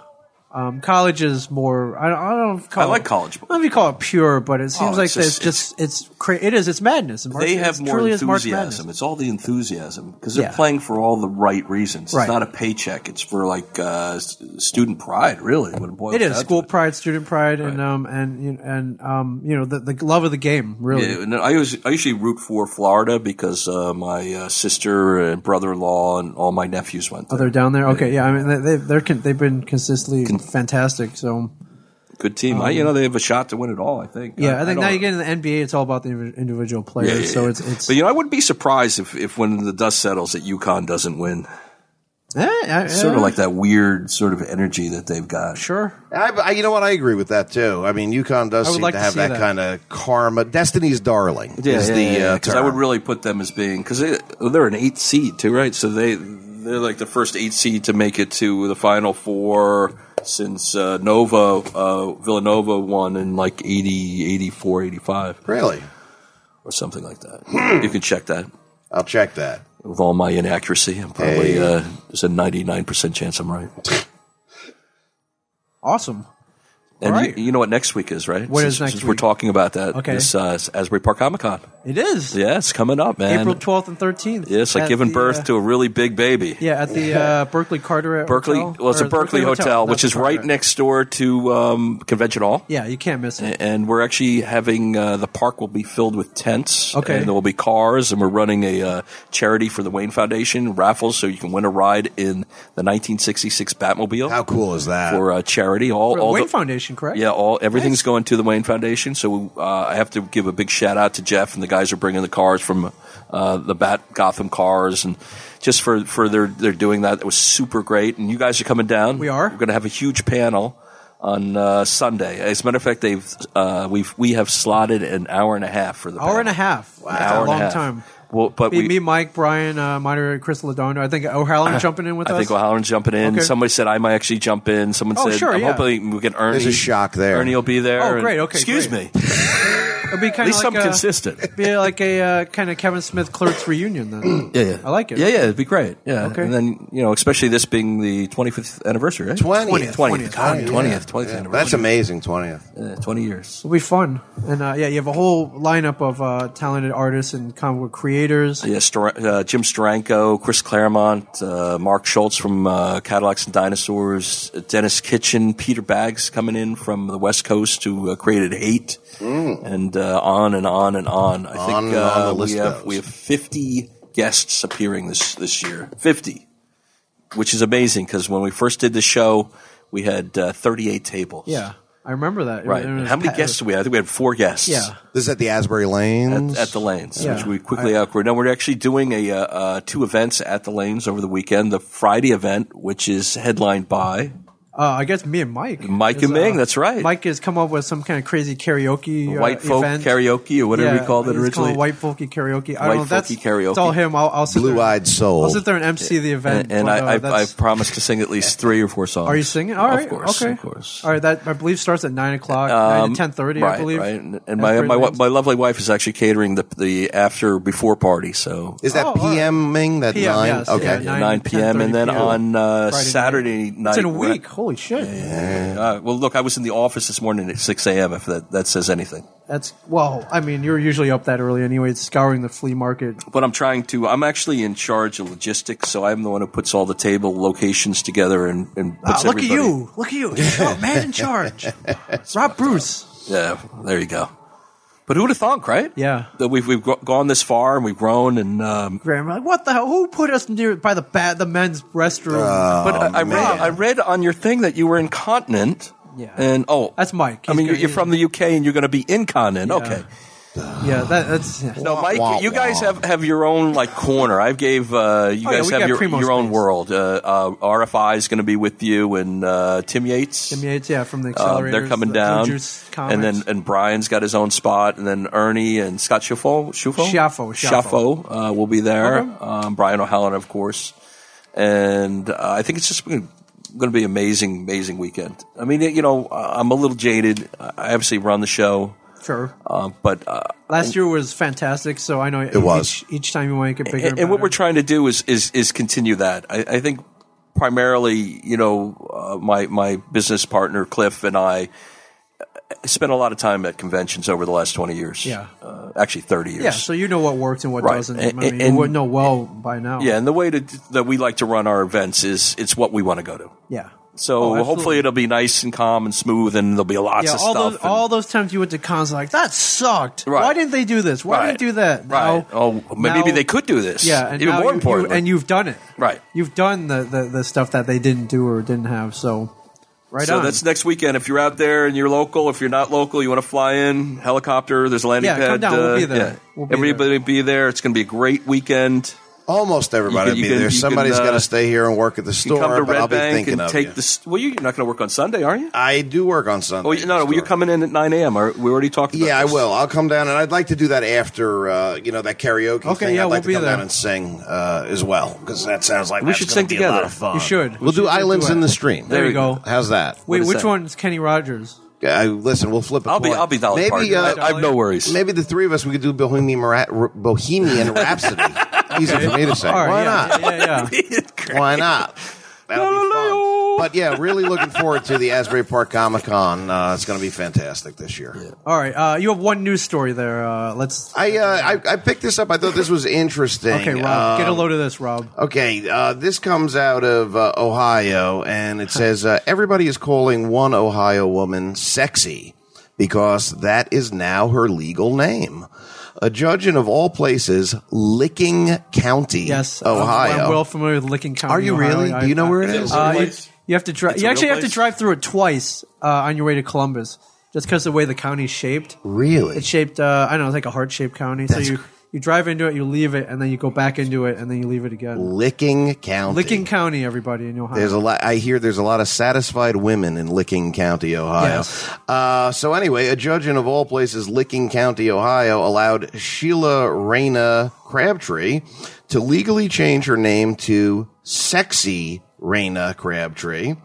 Um, college is more. I don't, I don't know if
I
call
like
it,
college.
I
Oh,
don't know if you call it pure, but it seems
it's
like
just-
it's just it's, cra- it is it's madness. March-
They
it's
have more
truly is March
enthusiasm.
Madness.
It's all the enthusiasm because they're
Yeah.
playing for all the right reasons.
Right.
It's not a paycheck. It's for like uh, s- student pride, really. When it boils
It
down
is
to
school
it.
pride, student pride, and um and you know, and um you know the, the love of the game really.
Yeah, and I, always, I usually root for Florida because uh, my uh, sister and brother-in-law and all my nephews went
Oh,
there.
they're down there. Okay, yeah. I mean, they, they- they're con- they've been consistently fantastic. So
Good team. I, you know, they have a shot to win it all. I think.
um, yeah, I, think
don't-
now you get in the NBA, it's all about the invi- individual players.
Yeah, yeah,
so
yeah.
it's it's.
But you know, I wouldn't be surprised if, if when the dust settles that UConn doesn't win.
Eh, eh,
It's sort
eh,
of like that weird sort of energy that they've got.
sure.
I, I- you know what? I agree with that too. I mean, UConn does
I would
seem
like
to
to
have
see
that,
that.
kind of karma. Destiny's darling is the uh,
Because I would
term.
really put them as being because they, they're an eight seed too, right? So they they're like the first eight seed to make it to the final four since uh, Nova uh, Villanova won in like 80, 84, 85
really.
or something like that.
Hmm.
you can check that.
I'll check that.
With all my inaccuracy, I'm probably
Hey.
uh, there's a 99 percent chance I'm right.
Awesome.
And
All right.
you, you know what next week is, right?
What
since,
is next
since
week?
We're talking about that.
Okay.
This, uh, Asbury Park Comic Con.
It is
Yeah, it's coming up, man.
April twelfth and thirteenth.
Yeah, it's like giving birth
uh,
to a really big baby.
Yeah, at the
[laughs]
uh, Berkeley Carteret.
Berkeley,
Hotel,
well, it's
or
a Berkeley, Hotel,
not
which
the
is right
Carteret.
next door to um, Convention Hall.
Yeah, you can't miss it.
And we're actually having uh, the park will be filled with tents.
Okay.
And there will be cars, and we're running a uh, charity for the Wayne Foundation raffles, so you can win a ride in the 1966 Batmobile
How cool is that?
for uh, charity. All, all
Wayne
the-
Foundation, correct?
Yeah, all everything's
Nice.
going to the Wayne Foundation. So uh, I have to give a big shout out to Jeff and the guys who are bringing the cars from uh, the Bat Gotham cars and just for for their they're doing that. It was super great. And you guys are coming down.
We are.
We're going to have a huge panel on uh, Sunday. As a matter of fact, they've uh, we've we have slotted an hour and a half for the
hour
panel.
and a half. Wow,
An hour
a
and
long
half.
time.
Well, but
Me,
we,
me, Mike, Brian, uh, moderator Chris Ladondo. I think
[coughs]
O'Halloran jumping in with
I
us.
think O'Halloran's jumping in.
Okay.
Somebody said I might actually jump in. Someone
Oh,
said
sure,
I'm
yeah.
hoping we get Ernie.
There's a shock there.
Ernie will be there.
Oh,
and-
great, okay,
Excuse
great.
me. At
It'd be kind of
least
like
I'm
a, [laughs]
consistent.
be like a uh, kind of Kevin Smith Clerks reunion then.
[coughs] Yeah, yeah.
I like it.
Yeah, yeah. It'd be great. Yeah.
Okay.
And then, you know, especially this being the 25th anniversary, right?
20th.
20th. 20th. God, 20th. 20th,
Yeah,
anniversary.
that's amazing. Twentieth.
Yeah, 20 years.
It'll be fun, and uh, yeah, you have a whole lineup of uh, talented artists and comic book creators.
Yeah, Stor- uh, Jim Steranko, Chris Claremont, uh, Mark Schultz from uh, Cadillacs and Dinosaurs, Dennis Kitchen, Peter Baggs coming in from the West Coast who uh, created Hate, and uh, on and on and on. I
Mm. On
think
and on
uh,
the
we
list
have
goes.
we have 50 guests appearing this this year. 50, which is amazing because when we first did the show, we had uh, 38 tables.
Yeah, I remember that. It
Right.
was- it was
How many
pa- uh,
guests do we have? I think we had four guests.
Yeah,
This is at the Asbury Lanes.
At, at the lanes,
Yeah.
which we quickly outgrew. Now we're actually doing a uh, uh, two events at the lanes over the weekend. The Friday event, which is headlined by
Uh, I guess me and Mike.
Mike
is,
and Ming,
uh,
that's right.
Mike has come up with some kind of crazy karaoke. uh,
White folk
event.
karaoke or whatever
yeah,
we called
he's
it
calling
originally.
it White folky karaoke. I
White
don't know. That's
folky karaoke.
It's all him. I'll, I'll sit
Blue
there.
eyed soul.
I'll sit there and MC the event.
and
but, uh,
I, I, I
that's-
promised to sing
[laughs]
at least three or four songs.
are you singing? All right.
of course,
okay.
of course. Um,
All right. That I believe starts at nine o'clock, nine to ten thirty.
right,
I believe.
right. And and
That's
my
pretty
my, wa-
late.
my lovely wife is actually catering the the after before party. So
Is that
Oh, all right.
PM Ming? That
PM,
nine?
yes,
okay.
yeah,
nine,
nine- to
p.m. and then
10:30
on uh,
Friday night.
Saturday night.
It's in a
we're-
week. Holy shit.
Uh, well, look, I was in the office this morning at six a.m. If that, that says anything.
That's well. I mean, you're usually up that early anyway. It's scouring the flea market.
But I'm trying to. I'm actually in charge of logistics, so I'm the one who puts all the table locations together and and
Ah,
puts
look at
everybody-
you. Look at you.
[laughs]
Oh, man in charge. Rob Bruce.
Yeah, there you go. But who would have thought, right?
Yeah.
that we've we've gro- gone this far and we've grown and. Um,
Graham, like, what the hell? Who put us near by the bat, the men's restroom?
but I, I read I read on your thing that you were incontinent.
Yeah.
And oh,
That's Mike.
I
He's
mean, you're,
good.
you're from the UK and you're going to be incontinent. Okay.
yeah, that, that's yeah.
No, Mike,
wah,
you guys
wah.
have, have your own like corner. I gave uh, you
Oh, yeah,
guys
we
have
got
your,
Primo
your own
space.
world. Uh, uh, RFI is going to be with you, and uh, Tim Yates.
I mean, it's- yeah, from the
Um,
accelerator.
they're coming down, and then and Brian's got his own spot, and then Ernie and Scott Schiffo, Schufo,
Schiaffo, Schiaffo.
Schiaffo, uh, will be there.
Okay.
Um, Brian O'Halloran, of course, and uh, I think it's just going to be an amazing, amazing weekend. I mean, you know, uh, I'm a little jaded. I obviously run the show,
sure.
uh, but uh,
Last year was fantastic, so I know it
was.
Each, each time you want to get bigger.
and, and what
better.
we're trying to do is is is continue that. I, I think primarily, you know, uh, my my business partner Cliff and I uh, spent a lot of time at conventions over the last twenty years.
Yeah.
uh, actually thirty years.
yeah, so you know what works and what
Right.
doesn't.
And-
I mean,
and-
you would know well by now.
Yeah, and the way to, that we like to run our events is it's what we want to go to.
yeah.
So
Oh, absolutely.
hopefully it'll be nice and calm and smooth, and there'll be lots
Yeah,
of
all
stuff.
those
and-
all those times you went to cons like that sucked.
Right.
Why didn't they do this? Why
Right.
didn't they do that?
Right.
Now-
oh, maybe
now-
they could do this.
Yeah, and
even
now
more
you- you-
importantly,
and you've done it.
Right.
You've done the, the, the stuff that they didn't do or didn't have. So, right
so
on.
that's next weekend. If you're out there and you're local, if you're not local, you want to fly in helicopter. There's a landing
Yeah,
pad. uh,
come down. We'll be there. We'll be
everybody will be there. It's going to be a great weekend.
Almost everybody
You can-
will
you
be
can-
there.
you can,
Somebody's
uh,
got to stay here and work at the
You can come to
store, but
Red
I'll be
Bank
thinking
and
of
take
you.
this. Well, you- you're not going to work on Sunday, are you?
I do work on Sunday.
Oh, you- no, no. Well, you're coming in at 9 a.m. Are- We already talked. about
Yeah, I
this.
will. I'll come down, and I'd like to do that after uh, you know that karaoke.
Okay,
thing.
yeah,
I'd like
we'll
to
be
come
there.
down and sing uh, as well because that sounds like
We
that's
should
gonna
sing
be
together.
A lot of fun.
You should. We
We'll
should
do
do a
islands
duet.
in the stream.
There you go.
How's that?
Wait,
is
which
that?
one's Kenny Rogers?
Uh, listen, we'll flip. A
I'll be.
coin.
I'll be Dolly
Maybe
Parton.
uh,
I, I have no worries.
Maybe the three of us we could do Bohemian, Ra- R-
[laughs]
Bohemian Rhapsody. Easy for me to say.
All right,
Why
yeah,
not?
Yeah, yeah, [laughs] yeah.
Why not? That'll be fun. But yeah, really looking forward to the Asbury Park Comic Con. Uh, it's going to be fantastic this year.
All right, uh, you have one news story there. Uh, let's.
I, uh, I I picked this up. I thought this was interesting.
Okay, Rob, get a
Um,
load of this, Rob.
Okay, uh, this comes out of uh, Ohio, and it says uh, everybody is calling one Ohio woman sexy because that is now her legal name. A judge in, of all places, Licking County,
Yes, I'm-
Ohio.
I'm well familiar with Licking County.
Are you
Ohio.
really?
I-
Do you know where it
I-
is?
Uh,
you-
place?
you have to drive.
It's
You
a
actually
real
have to
place?
drive through it twice uh, on your way to Columbus, just because the way the county's shaped.
really?
It's shaped. Uh, I don't know, it's like a heart shaped county. So
That's
you
cr-
you drive into it, you leave it, and then you go back into it, and then you leave it again.
Licking County.
Licking County, everybody in Ohio.
There's a lot. I hear there's a lot of satisfied women in Licking County, Ohio.
Yes.
Uh, so anyway, a judge in of all places, Licking County, Ohio, allowed Sheila Reyna Crabtree to legally change her name to Sexy Reyna Crabtree.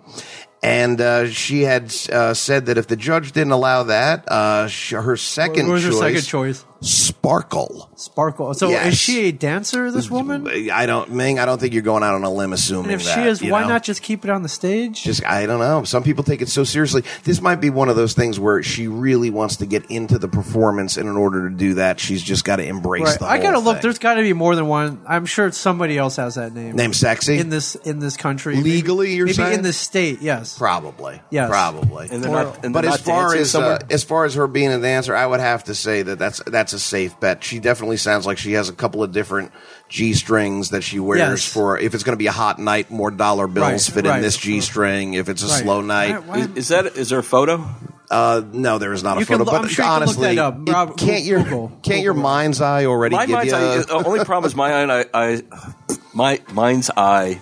And uh, she had uh, said that if the judge didn't allow that, uh, sh- her second
what was her
choice,
second choice?
Sparkle.
Sparkle. So
Yes.
is she a dancer? This woman.
I don't, Ming. I don't think you're going out on a limb assuming
And if
that.
she is,
you
why
know?
not just keep it on the stage?
just I don't know. Some people take it so seriously. This might be one of those things where she really wants to get into the performance, and in order to do that, she's just got to embrace
right.
the.
I gotta
whole
look.
thing.
There's got to be more than one. I'm sure somebody else has that name.
name sexy
in this in this country
Legally,
Maybe,
you're
maybe
saying?
in this state. Yes.
probably.
Yes.
probably.
And they're not. And
but
they're
as
not
far
dancing
as uh,
somewhere?
as far as her being a dancer, I would have to say that that's that's a safe bet. She definitely sounds like she has a couple of different g strings that she wears
Yes.
for if it's going to be a hot night, more dollar bills
Right,
fit
right.
in this g string. If it's a
Right.
slow night,
Why- why-
is, is that? Is there a photo?
Uh, no, there is not a
You can
photo.
look- I'm
but
sure you can look
honestly,
that up.
it-
Rob,
can't your
Google.
can't your mind's eye already
My
give
mind's oh,
you?
eye.
a-
The only problem is my eye. I, I my mind's eye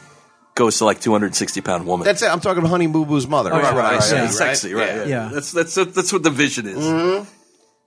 goes to like 260 pound woman.
That's it. I'm talking Honey Boo Boo's mother.
Oh,
That's
yeah.
what I
Right,
said,
yeah.
right? Mm.
Sexy, right? Yeah.
Yeah.
That's that's that's what the vision is.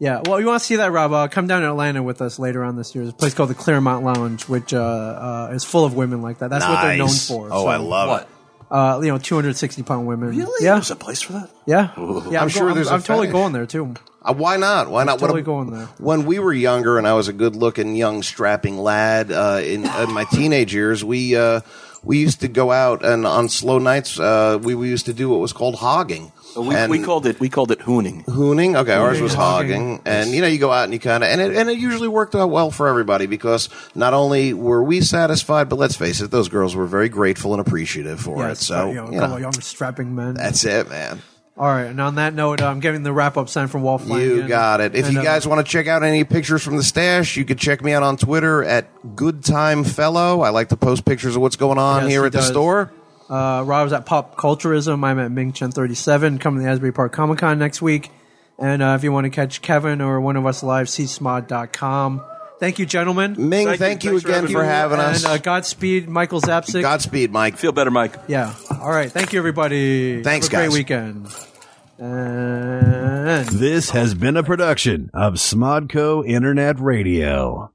Yeah, well, you want to see that, Rob? Uh, come down to Atlanta with us later on this year. There's a place called the Claremont Lounge, which uh, uh, is full of women like that. That's what they're known
Nice.
for.
Oh,
So,
I love
What?
it.
Uh, you know, 260 pound women.
Really?
Yeah,
There's a place for that?
yeah, yeah. I'm,
sure
going-
there's a
I'm, I'm totally
fetish.
going there too.
Uh, why not? Why not?
Totally
ab-
going there.
When we were younger and I was a good looking, young, strapping lad uh, in, in my teenage years, we uh, we used to go out and on slow nights, uh, we, we used to do what was called hogging.
We,
And-
we called it we called it hooning.
Hooning. Okay, ours was
Hogging.
hogging, and you know you go out and you kind of and it and it usually worked out well for everybody because not only were we satisfied, but let's face it, those girls were very grateful and appreciative for
Yeah,
it. So
you know, a
you
couple
know,
young strapping men.
that's it, man.
All right, and on that note, I'm giving the wrap up sign from Wolf.
You
Langen.
got it. If
And,
you
uh,
guys want to check out any pictures from the stash, you can check me out on Twitter at Good Time Fellow. I like to post pictures of what's going on
Yes,
here
he
at
does.
the store.
Uh, Rob's at Pop Culturism. I'm at Ming Chen 37. Coming to the Asbury Park Comic Con next week. And uh, if you want to catch Kevin or one of us live, csmod.com. Thank you, gentlemen.
Ming,
Thank
thank,
you.
you,
Thanks for
again
having
for having us.
And uh, Godspeed, Michael Zapsik.
Godspeed, Mike.
Feel better, Mike.
yeah. All right. Thank you, everybody.
Thanks,
Have a
guys.
Great weekend. And.
This has been a production of Smodco Internet Radio.